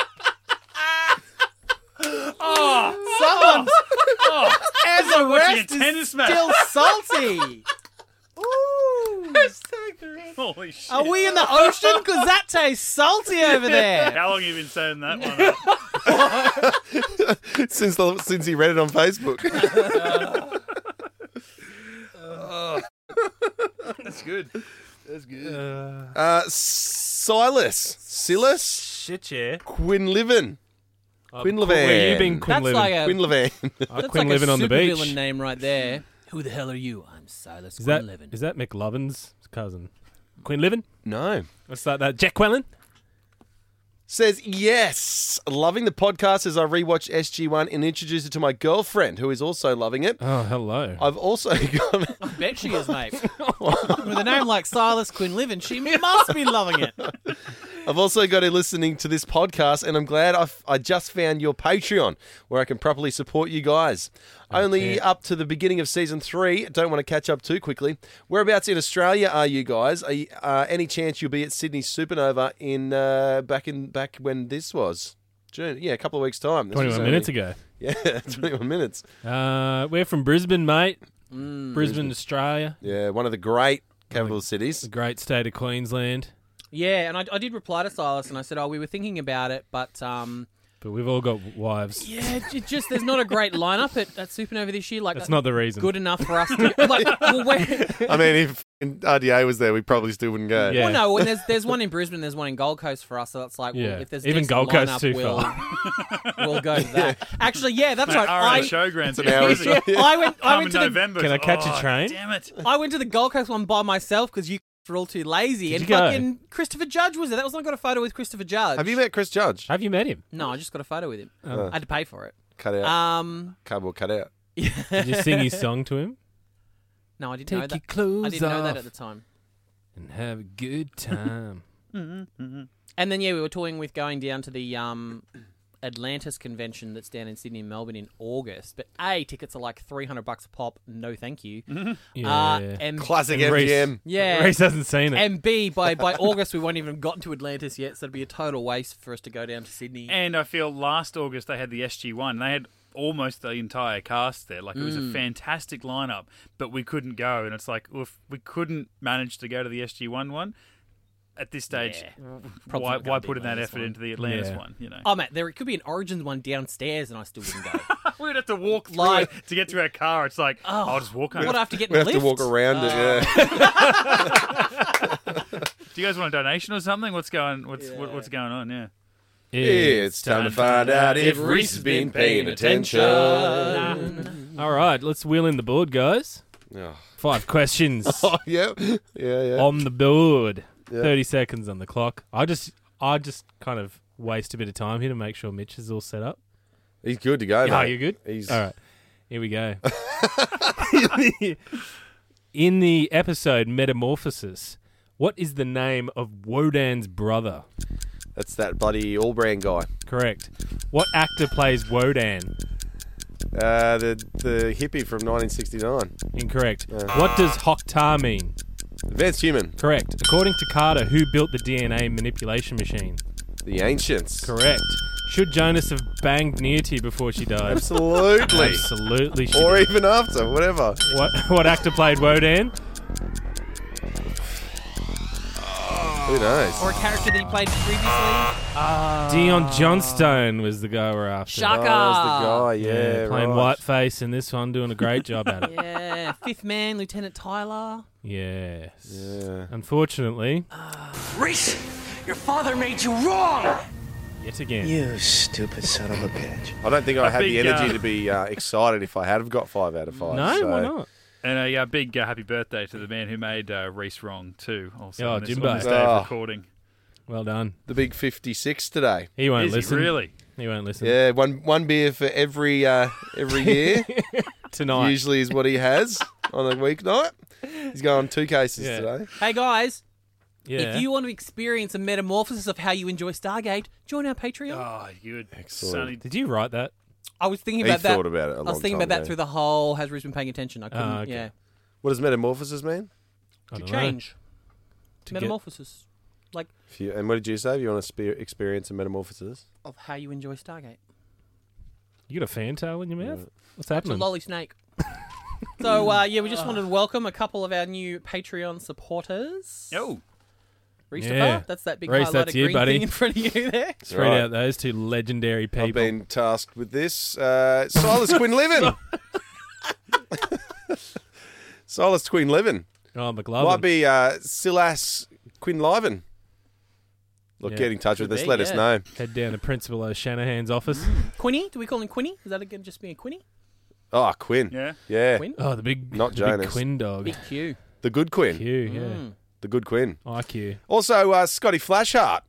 [SPEAKER 4] Oh, someone's
[SPEAKER 1] Oh,
[SPEAKER 4] as a
[SPEAKER 1] watching
[SPEAKER 4] rest
[SPEAKER 1] a
[SPEAKER 4] is
[SPEAKER 1] tennis match.
[SPEAKER 4] still salty. Ooh.
[SPEAKER 1] holy shit.
[SPEAKER 4] Are we in the ocean? Because that tastes salty over there.
[SPEAKER 1] How long have you been saying that one? up?
[SPEAKER 2] since the, since he read it on Facebook.
[SPEAKER 1] That's good.
[SPEAKER 2] Uh, Silas, Silas
[SPEAKER 3] Shit, yeah.
[SPEAKER 2] Quinlivan, Quinlivan.
[SPEAKER 3] Where you been, Uh, Quinn Uh,
[SPEAKER 4] That's like a
[SPEAKER 2] Quinlivan.
[SPEAKER 4] that's
[SPEAKER 3] Quinn
[SPEAKER 4] like
[SPEAKER 3] living
[SPEAKER 4] a
[SPEAKER 3] on the
[SPEAKER 4] supervillain
[SPEAKER 3] beach.
[SPEAKER 4] name right there. Who the hell are you? I'm Silas
[SPEAKER 3] Is that
[SPEAKER 4] Quinn Levin.
[SPEAKER 3] is that McLovin's cousin? Quinn Livin?
[SPEAKER 2] no.
[SPEAKER 3] What's that? That Jack Quellen?
[SPEAKER 2] Says yes, loving the podcast as I rewatch SG One and introduce it to my girlfriend, who is also loving it.
[SPEAKER 3] Oh, hello.
[SPEAKER 2] I've also got
[SPEAKER 4] Bet she is, mate. With a name like Silas Quinn Levin, she must be loving it.
[SPEAKER 2] I've also got to listening to this podcast, and I'm glad I've, I just found your Patreon where I can properly support you guys. Only up to the beginning of season three. Don't want to catch up too quickly. Whereabouts in Australia are you guys? Are you, uh, any chance you'll be at Sydney Supernova in uh, back in back when this was June? Yeah, a couple of weeks time. This
[SPEAKER 3] Twenty
[SPEAKER 2] was
[SPEAKER 3] one
[SPEAKER 2] only-
[SPEAKER 3] minutes ago.
[SPEAKER 2] Yeah, twenty-one minutes.
[SPEAKER 3] Uh, we're from Brisbane, mate.
[SPEAKER 4] Mm,
[SPEAKER 3] Brisbane, Australia.
[SPEAKER 2] Yeah, one of the great capital cities.
[SPEAKER 3] Great state of Queensland.
[SPEAKER 4] Yeah, and I, I did reply to Silas and I said, "Oh, we were thinking about it, but um,
[SPEAKER 3] But we've all got wives.
[SPEAKER 4] yeah, it, it just there's not a great lineup at, at Supernova this year. Like
[SPEAKER 3] That's not the reason.
[SPEAKER 4] good enough for us to like. Well, we're-
[SPEAKER 2] I mean, if RDA was there, we probably still wouldn't go.
[SPEAKER 3] Yeah.
[SPEAKER 4] well, no, and there's there's one in Brisbane, there's one in Gold Coast for us. So that's like, well,
[SPEAKER 3] Yeah.
[SPEAKER 4] if there's a
[SPEAKER 3] Even
[SPEAKER 4] decent
[SPEAKER 3] Gold Coast
[SPEAKER 4] lineup,
[SPEAKER 3] too
[SPEAKER 4] we'll,
[SPEAKER 3] far.
[SPEAKER 4] we'll go to that. Actually, yeah, that's right.
[SPEAKER 1] Hour on
[SPEAKER 4] I,
[SPEAKER 1] the showgrounds.
[SPEAKER 2] an hour
[SPEAKER 1] Easy.
[SPEAKER 2] show.
[SPEAKER 4] yeah, I went I
[SPEAKER 1] Come
[SPEAKER 4] went
[SPEAKER 1] in
[SPEAKER 4] to the
[SPEAKER 1] November.
[SPEAKER 3] Can I catch a
[SPEAKER 1] Oh,
[SPEAKER 3] train?
[SPEAKER 1] Damn it.
[SPEAKER 4] I went to the Gold Coast one by myf because you were all too lazy.
[SPEAKER 3] Did
[SPEAKER 4] and
[SPEAKER 3] you go?
[SPEAKER 4] fucking Christopher Judge was there. That was when I got a photo with Christopher Judge.
[SPEAKER 2] Have you met Chris Judge?
[SPEAKER 3] Have you Oh. met him?
[SPEAKER 4] No, I just got a photo with him. I had to pay for it.
[SPEAKER 2] Cut
[SPEAKER 3] Uh,
[SPEAKER 2] out.
[SPEAKER 4] Um,
[SPEAKER 2] Cardboard cut out.
[SPEAKER 3] Did you sing his song to him?
[SPEAKER 4] no, I didn't
[SPEAKER 3] Take
[SPEAKER 4] know that.
[SPEAKER 3] your clothes
[SPEAKER 4] I didn't know that
[SPEAKER 3] off.
[SPEAKER 4] at the time.
[SPEAKER 3] And have a good time.
[SPEAKER 4] And then yeah, we were toying with going down to the um, Atlantis convention that's down in Sydney and Melbourne in August. But a tickets are like three hundred bucks a pop. No, thank you.
[SPEAKER 3] yeah.
[SPEAKER 4] Uh, and
[SPEAKER 2] Mm-hmm. Classic
[SPEAKER 3] And Reese.
[SPEAKER 2] MGM.
[SPEAKER 4] yeah,
[SPEAKER 3] Reese hasn't seen it.
[SPEAKER 4] and b by by August we won't even have gotten to Atlantis yet, so it'd be a total waste for us to go down to Sydney.
[SPEAKER 1] And I feel last August they had the SG one. They had almost the entire cast there. Like it
[SPEAKER 4] Mm.
[SPEAKER 1] was a fantastic lineup, but we couldn't go. And it's like well, if we couldn't manage to go to the SG one one at this stage,
[SPEAKER 4] Yeah. Probably
[SPEAKER 1] why,
[SPEAKER 4] not gonna
[SPEAKER 1] why
[SPEAKER 4] be
[SPEAKER 1] put in that
[SPEAKER 4] Atlantis
[SPEAKER 1] effort
[SPEAKER 4] one.
[SPEAKER 1] into the Atlantis
[SPEAKER 3] Yeah.
[SPEAKER 1] one? You know,
[SPEAKER 4] Oh, mate, there could be an Origins one downstairs, and I still wouldn't go.
[SPEAKER 1] we'd have to walk through
[SPEAKER 4] Like-
[SPEAKER 1] it to get to our car. It's like I'll just walk home.
[SPEAKER 4] Oh, what I have to get in
[SPEAKER 2] We
[SPEAKER 4] the
[SPEAKER 2] have to
[SPEAKER 4] lift?
[SPEAKER 2] walk around it. Yeah.
[SPEAKER 1] Do you guys want a donation or something? What's going? What's what, what's going on? Yeah.
[SPEAKER 2] it's time to find out if Reese has been paying attention. Oh,
[SPEAKER 3] All right, let's wheel in the board, guys.
[SPEAKER 2] Yeah.
[SPEAKER 3] Five questions
[SPEAKER 2] yeah, yeah, yeah.
[SPEAKER 3] on the board. Thirty seconds on the clock. I just, I just kind of waste a bit of time here to make sure Mitch is all set up.
[SPEAKER 2] He's good to go.
[SPEAKER 3] Oh,
[SPEAKER 2] mate.
[SPEAKER 3] you're good.
[SPEAKER 2] He's
[SPEAKER 3] All right, here we go. In the episode Metamorphosis, What is the name of Wodan's brother?
[SPEAKER 2] That's that bloody all brand guy.
[SPEAKER 3] Correct. What actor plays Wodan?
[SPEAKER 2] Uh, the the hippie from 1969.
[SPEAKER 3] Incorrect. What does Hoktar mean?
[SPEAKER 2] Advanced human.
[SPEAKER 3] Correct. According to Carter, who built the DNA manipulation machine?
[SPEAKER 2] The ancients.
[SPEAKER 3] Correct. Should Jonas have banged Neity before she died?
[SPEAKER 2] Absolutely.
[SPEAKER 3] Absolutely. she
[SPEAKER 2] or
[SPEAKER 3] did.
[SPEAKER 2] even after, whatever.
[SPEAKER 3] What what actor played Wodan?
[SPEAKER 2] Who knows?
[SPEAKER 4] Or a character that he played previously.
[SPEAKER 2] Ah.
[SPEAKER 3] Dion Johnstone was the guy we're after.
[SPEAKER 2] Oh,
[SPEAKER 4] Shaka.
[SPEAKER 2] that was the guy. Yeah,
[SPEAKER 3] playing
[SPEAKER 2] right.
[SPEAKER 3] whiteface in this one, doing a great job at it.
[SPEAKER 4] Yeah, Fifth Man, Lieutenant Tyler.
[SPEAKER 3] Yes.
[SPEAKER 2] Yeah.
[SPEAKER 3] Unfortunately,
[SPEAKER 9] Ah. Reese, your father made you wrong.
[SPEAKER 3] yet again.
[SPEAKER 9] You stupid son of a bitch.
[SPEAKER 2] I don't think I had the
[SPEAKER 1] think,
[SPEAKER 2] energy
[SPEAKER 1] uh,
[SPEAKER 2] to be uh, excited if I had have got five out of five.
[SPEAKER 3] No,
[SPEAKER 2] so-
[SPEAKER 3] why not?
[SPEAKER 1] And a uh, big uh, happy birthday to the man who made uh, Reese Wrong too. Also,
[SPEAKER 3] Oh,
[SPEAKER 1] on this,
[SPEAKER 3] Jimbo.
[SPEAKER 1] on this day
[SPEAKER 4] Ah.
[SPEAKER 2] Oh.
[SPEAKER 1] of recording.
[SPEAKER 3] Well done.
[SPEAKER 2] The big 56 today.
[SPEAKER 3] He won't
[SPEAKER 1] Is he
[SPEAKER 3] listen.
[SPEAKER 1] really?
[SPEAKER 3] He won't listen.
[SPEAKER 2] Yeah, one one beer for every uh, every year.
[SPEAKER 3] Tonight.
[SPEAKER 2] Usually is what he has on a weeknight. He's going two cases
[SPEAKER 3] Yeah.
[SPEAKER 2] today.
[SPEAKER 4] Hey guys,
[SPEAKER 3] yeah.
[SPEAKER 4] if you want to experience a metamorphosis of how you enjoy Stargate, join our Patreon.
[SPEAKER 1] Oh, good.
[SPEAKER 2] Excellent.
[SPEAKER 1] Sonny.
[SPEAKER 3] Did you write that?
[SPEAKER 4] I was thinking
[SPEAKER 2] He
[SPEAKER 4] about that.
[SPEAKER 2] thought about it. I
[SPEAKER 4] I was thinking about that through the whole. Has Reese been paying attention? I couldn't.
[SPEAKER 3] Ah, okay.
[SPEAKER 4] Yeah,
[SPEAKER 2] What does metamorphosis mean?
[SPEAKER 3] I
[SPEAKER 4] to
[SPEAKER 3] don't know.
[SPEAKER 4] change,
[SPEAKER 3] To get-
[SPEAKER 4] metamorphosis
[SPEAKER 2] If you, and what did you say? If you want to spe- experience a metamorphosis,
[SPEAKER 4] of how you enjoy Stargate.
[SPEAKER 3] You got a fantail in your mouth? What's
[SPEAKER 4] It's a
[SPEAKER 3] happening?
[SPEAKER 4] lolly snake. so uh, yeah, we
[SPEAKER 3] Ah.
[SPEAKER 4] just wanted to welcome a couple of our new Patreon supporters.
[SPEAKER 1] Oh,
[SPEAKER 4] Reese,
[SPEAKER 3] Yeah.
[SPEAKER 4] that's that big
[SPEAKER 3] Reese,
[SPEAKER 4] highlighted
[SPEAKER 3] that's you,
[SPEAKER 4] green
[SPEAKER 3] buddy.
[SPEAKER 4] thing in front of you there.
[SPEAKER 3] Let's read
[SPEAKER 2] Right.
[SPEAKER 3] out those two legendary people.
[SPEAKER 2] I've been tasked with this. Uh, Silas Quinlevin. Silas Quinlevin
[SPEAKER 3] oh, McLovin.
[SPEAKER 2] might be uh, Silas Quinlevin. Look,
[SPEAKER 3] Yeah.
[SPEAKER 2] get in touch with
[SPEAKER 4] Could
[SPEAKER 2] us.
[SPEAKER 4] be,
[SPEAKER 2] Let us
[SPEAKER 4] yeah.
[SPEAKER 2] know.
[SPEAKER 3] Head down to Principal O'Shanahan's office.
[SPEAKER 2] Mm.
[SPEAKER 4] Quinny, do we call him Quinny? Is that again just being Quinny?
[SPEAKER 2] Oh, Quinn.
[SPEAKER 1] yeah.
[SPEAKER 2] Yeah.
[SPEAKER 4] Quinn?
[SPEAKER 3] Oh, the big,
[SPEAKER 2] Not
[SPEAKER 3] the big
[SPEAKER 2] Jonas.
[SPEAKER 3] Quinn dog.
[SPEAKER 4] Big Q. Hmm.
[SPEAKER 2] The good Quinn.
[SPEAKER 3] Q, yeah.
[SPEAKER 4] Mm.
[SPEAKER 2] The good Quinn.
[SPEAKER 3] IQ.
[SPEAKER 2] Also, uh, Scotty Flashheart.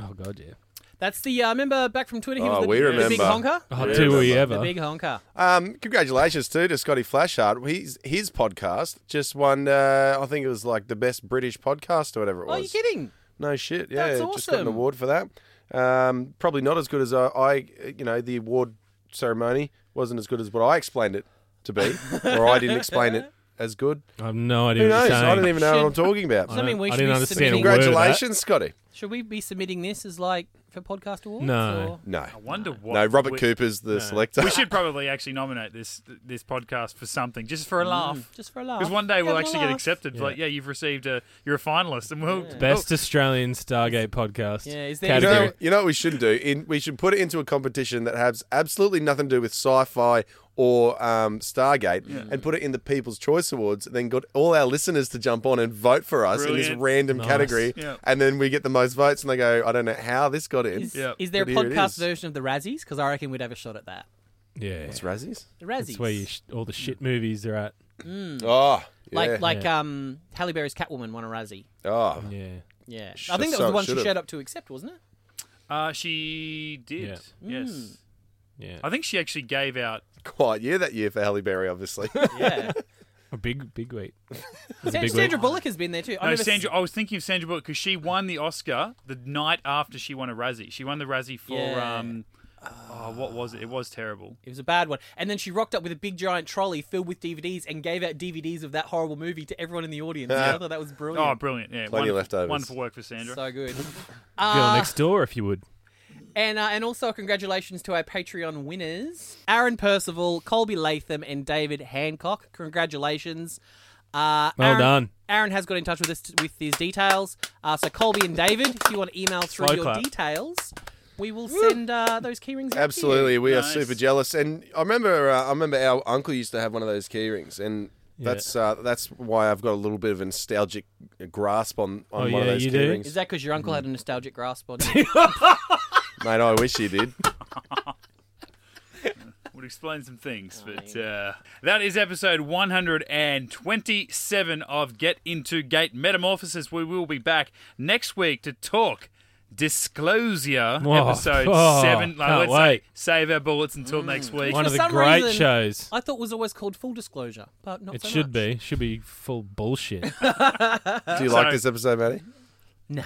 [SPEAKER 3] Oh, God, yeah.
[SPEAKER 4] That's the uh, remember back from Twitter. He
[SPEAKER 2] Oh,
[SPEAKER 4] was the,
[SPEAKER 2] we
[SPEAKER 4] the big
[SPEAKER 2] remember.
[SPEAKER 4] honker.
[SPEAKER 3] Oh,
[SPEAKER 2] Yeah,
[SPEAKER 3] two were
[SPEAKER 2] that's
[SPEAKER 3] you
[SPEAKER 2] not-
[SPEAKER 3] ever?
[SPEAKER 4] The big honker.
[SPEAKER 2] Um, congratulations too to Scotty Flashheart. He's, his podcast just won. Uh, I think it was like the best British podcast or whatever it
[SPEAKER 4] Oh,
[SPEAKER 2] was.
[SPEAKER 4] you kidding?
[SPEAKER 2] No shit. Yeah,
[SPEAKER 4] That's
[SPEAKER 2] just got an
[SPEAKER 4] awesome.
[SPEAKER 2] award for that. Um, probably not as good as I, I. You know, the award ceremony wasn't as good as what I explained it to be, or I didn't explain it as good.
[SPEAKER 3] I have no idea
[SPEAKER 2] Who
[SPEAKER 3] what
[SPEAKER 2] knows?
[SPEAKER 3] you're saying.
[SPEAKER 2] I don't even know what I'm
[SPEAKER 4] Should-
[SPEAKER 2] talking about.
[SPEAKER 4] Does that
[SPEAKER 3] don't-
[SPEAKER 4] mean we
[SPEAKER 3] I
[SPEAKER 4] should
[SPEAKER 3] didn't
[SPEAKER 4] be
[SPEAKER 3] understand a
[SPEAKER 4] submitting?
[SPEAKER 3] word.
[SPEAKER 2] Congratulations, Scotty.
[SPEAKER 4] Should we be submitting this as like for podcast awards?
[SPEAKER 3] No.
[SPEAKER 4] or-
[SPEAKER 2] No,
[SPEAKER 1] I wonder what.
[SPEAKER 2] no. Robert
[SPEAKER 1] we,
[SPEAKER 2] Cooper's the selector.
[SPEAKER 1] We should probably actually nominate this this podcast for something, just for a laugh.
[SPEAKER 4] Mm. Just for a laugh.
[SPEAKER 1] Hmm. Because one day we'll
[SPEAKER 4] Have a
[SPEAKER 1] actually get
[SPEAKER 4] laugh.
[SPEAKER 1] accepted.
[SPEAKER 3] Yeah.
[SPEAKER 1] Like, yeah, you've received a, you're a finalist, and we'll
[SPEAKER 3] Best Australian Stargate podcast.
[SPEAKER 4] Yeah, is there-
[SPEAKER 2] You
[SPEAKER 3] category.
[SPEAKER 2] know, you know what we should do? In, we should put it into a competition that has absolutely nothing to do with sci-fi or um, Stargate, and put it in the People's Choice Awards. And then got all our listeners to jump on and vote for us in this
[SPEAKER 1] Brilliant.
[SPEAKER 2] random
[SPEAKER 3] Nice.
[SPEAKER 2] category,
[SPEAKER 1] Yeah.
[SPEAKER 2] and then we get the most votes. And they go, "I don't know how this got in."
[SPEAKER 4] Is,
[SPEAKER 1] Yeah.
[SPEAKER 4] is there a
[SPEAKER 2] But here it
[SPEAKER 4] podcast
[SPEAKER 2] is.
[SPEAKER 4] version of the Razzies? Because I reckon we'd have a shot at that.
[SPEAKER 3] yeah.
[SPEAKER 2] It's Razzies.
[SPEAKER 4] The Razzies.
[SPEAKER 3] That's where you sh- all the shit movies are at.
[SPEAKER 2] Oh, yeah.
[SPEAKER 4] Hmm. like like um Halle Berry's Catwoman won a Razzie.
[SPEAKER 2] oh,
[SPEAKER 3] Yeah.
[SPEAKER 4] Yeah, I
[SPEAKER 2] That's so
[SPEAKER 4] think that
[SPEAKER 2] it
[SPEAKER 4] was the one she
[SPEAKER 2] should've.
[SPEAKER 4] showed up to accept, wasn't it?
[SPEAKER 1] Uh, she did.
[SPEAKER 3] Yeah.
[SPEAKER 1] Yes.
[SPEAKER 4] Mm.
[SPEAKER 3] Yeah.
[SPEAKER 1] I think she actually gave out.
[SPEAKER 2] quiet year that year for Halle Berry, obviously.
[SPEAKER 4] Yeah,
[SPEAKER 3] A Oh, big, big week.
[SPEAKER 4] Sandra,
[SPEAKER 3] big
[SPEAKER 4] Sandra
[SPEAKER 3] week.
[SPEAKER 4] Bullock has been there too. I've
[SPEAKER 1] No,
[SPEAKER 4] never
[SPEAKER 1] Sandra. I was thinking of Sandra Bullock because she won the Oscar the night after she won a Razzie. She won the Razzie for
[SPEAKER 4] Yeah.
[SPEAKER 1] um, oh, what was it? It was terrible.
[SPEAKER 4] It was a bad one. And then she rocked up with a big giant trolley filled with DVDs and gave out DVDs of that horrible movie to everyone in the audience. I thought that was brilliant.
[SPEAKER 1] Oh, brilliant! Yeah,
[SPEAKER 2] Plenty
[SPEAKER 1] wonderful,
[SPEAKER 2] of leftovers.
[SPEAKER 1] Wonderful work for Sandra.
[SPEAKER 4] so good.
[SPEAKER 3] Girl
[SPEAKER 4] Ah.
[SPEAKER 3] next door, if you would.
[SPEAKER 4] And uh, and also congratulations to our Patreon winners, Aaron Percival, Colby Latham, and David Hancock. Congratulations. Uh,
[SPEAKER 3] Well
[SPEAKER 4] Aaron,
[SPEAKER 3] done.
[SPEAKER 4] Aaron has got in touch with us t- with his details. Uh, so Colby and David, if you want to email through
[SPEAKER 3] Slow
[SPEAKER 4] your
[SPEAKER 3] clap.
[SPEAKER 4] details, we will send uh, those key rings. out to you.
[SPEAKER 2] Absolutely, we
[SPEAKER 1] Nice.
[SPEAKER 2] are super jealous. And I remember, uh, I remember our uncle used to have one of those key rings, and that's uh, that's why I've got a little bit of a nostalgic grasp on on
[SPEAKER 3] Oh,
[SPEAKER 2] one of
[SPEAKER 3] yeah,
[SPEAKER 2] those
[SPEAKER 3] you
[SPEAKER 2] key
[SPEAKER 3] do?
[SPEAKER 2] rings.
[SPEAKER 4] Is that because your uncle had a nostalgic grasp on you?
[SPEAKER 2] Mate, I wish he did.
[SPEAKER 1] Would explain some things, but uh, that is episode 127 of Get Into Gate Metamorphosis. We will be back next week to talk Disclosure,
[SPEAKER 3] Whoa,
[SPEAKER 1] episode
[SPEAKER 3] oh,
[SPEAKER 1] seven. Like,
[SPEAKER 3] can't
[SPEAKER 1] let's
[SPEAKER 3] wait.
[SPEAKER 1] save our bullets until next week.
[SPEAKER 3] One
[SPEAKER 4] for
[SPEAKER 3] of the
[SPEAKER 4] some
[SPEAKER 3] great
[SPEAKER 4] reason-
[SPEAKER 3] shows.
[SPEAKER 4] I thought was always called full disclosure, but not
[SPEAKER 3] It
[SPEAKER 4] so
[SPEAKER 3] should
[SPEAKER 4] much.
[SPEAKER 3] be. Should be full bullshit.
[SPEAKER 2] Do you like this episode, Matty?
[SPEAKER 4] Nah.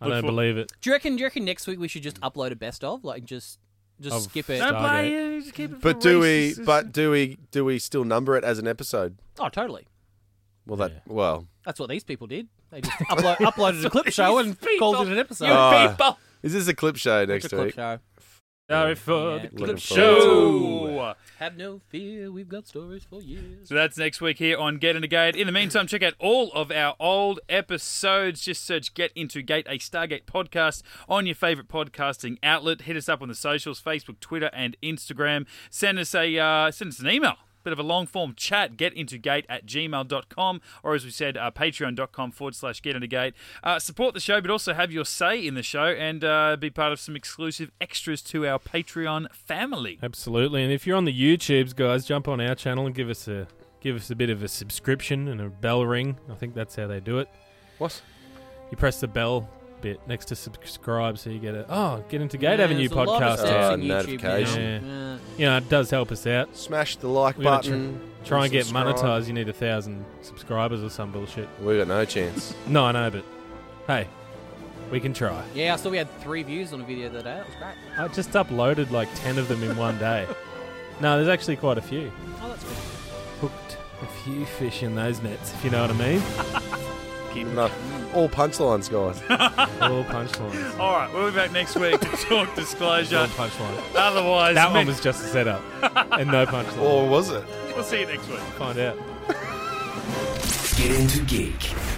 [SPEAKER 3] I don't
[SPEAKER 1] for-
[SPEAKER 3] believe it.
[SPEAKER 4] Do you reckon? Do you reckon next week we should just upload a best of, like just just
[SPEAKER 3] Of
[SPEAKER 4] skip it?
[SPEAKER 3] stuff.
[SPEAKER 1] Don't
[SPEAKER 3] Stargate.
[SPEAKER 1] play it. Just keep it
[SPEAKER 2] But
[SPEAKER 1] for
[SPEAKER 2] do we?
[SPEAKER 1] races.
[SPEAKER 2] But do we? Do we still number it as an episode?
[SPEAKER 4] Oh, totally.
[SPEAKER 2] Well, that well
[SPEAKER 4] That's what these people did. They just upload, uploaded a clip show and called it an episode.
[SPEAKER 1] you
[SPEAKER 2] Uh,
[SPEAKER 1] people.
[SPEAKER 2] is this a clip show
[SPEAKER 4] Ah. It's
[SPEAKER 2] next
[SPEAKER 4] a clip
[SPEAKER 2] week?
[SPEAKER 4] show.
[SPEAKER 3] Sorry for
[SPEAKER 4] Yeah.
[SPEAKER 3] the
[SPEAKER 2] Looking forward to
[SPEAKER 3] clip
[SPEAKER 2] it.
[SPEAKER 3] show.
[SPEAKER 1] Show.
[SPEAKER 4] Have no fear, we've got stories for years.
[SPEAKER 1] So that's next week here on Get Into Gate. In the meantime, check out all of our old episodes. Just search Get Into Gate, a Stargate podcast on your favorite podcasting outlet. Hit us up on the socials Facebook, Twitter, and Instagram. Send us a uh, send us an email. Bit of a long form chat, getintogate at gmail.com, or as we said, uh, patreon.com forward slash getintogate. Uh, support the show, but also have your say in the show and uh, be part of some exclusive extras to our Patreon family.
[SPEAKER 3] Absolutely. And if you're on the YouTubes, guys, jump on our channel and give us a give us a bit of a subscription and a bell ring. I think that's how they do it.
[SPEAKER 2] What?
[SPEAKER 3] You press the bell bit next to subscribe, so you get a oh, get into
[SPEAKER 4] Yeah,
[SPEAKER 3] Gate Avenue
[SPEAKER 4] there's a lot
[SPEAKER 3] podcast.
[SPEAKER 4] of steps
[SPEAKER 2] Ah,
[SPEAKER 4] in YouTube now.
[SPEAKER 2] notification.
[SPEAKER 4] Yeah.
[SPEAKER 3] You know, it does help us out.
[SPEAKER 2] Smash the like
[SPEAKER 3] We gotta tr-
[SPEAKER 2] button.
[SPEAKER 3] Try and get
[SPEAKER 2] subscribe.
[SPEAKER 3] monetized. You need a thousand subscribers or some bullshit.
[SPEAKER 2] We got no chance.
[SPEAKER 3] No, I know, but hey, we can try.
[SPEAKER 4] Yeah, I saw we had three views on a video the other day. That was great.
[SPEAKER 3] I just uploaded like ten of them in one day. No, there's actually quite a few.
[SPEAKER 4] Oh, that's good.
[SPEAKER 3] Hooked a few fish in those nets, if you know what I mean.
[SPEAKER 2] Not all punchlines, guys.
[SPEAKER 3] All punchlines.
[SPEAKER 1] All right, we'll be back next week to talk
[SPEAKER 3] All
[SPEAKER 1] disclosure.
[SPEAKER 3] punchline.
[SPEAKER 1] Otherwise,
[SPEAKER 3] That
[SPEAKER 1] men-
[SPEAKER 3] one was just a setup and no punchline.
[SPEAKER 2] or was it?
[SPEAKER 1] we'll see you next week.
[SPEAKER 3] Find out.
[SPEAKER 9] Get into geek.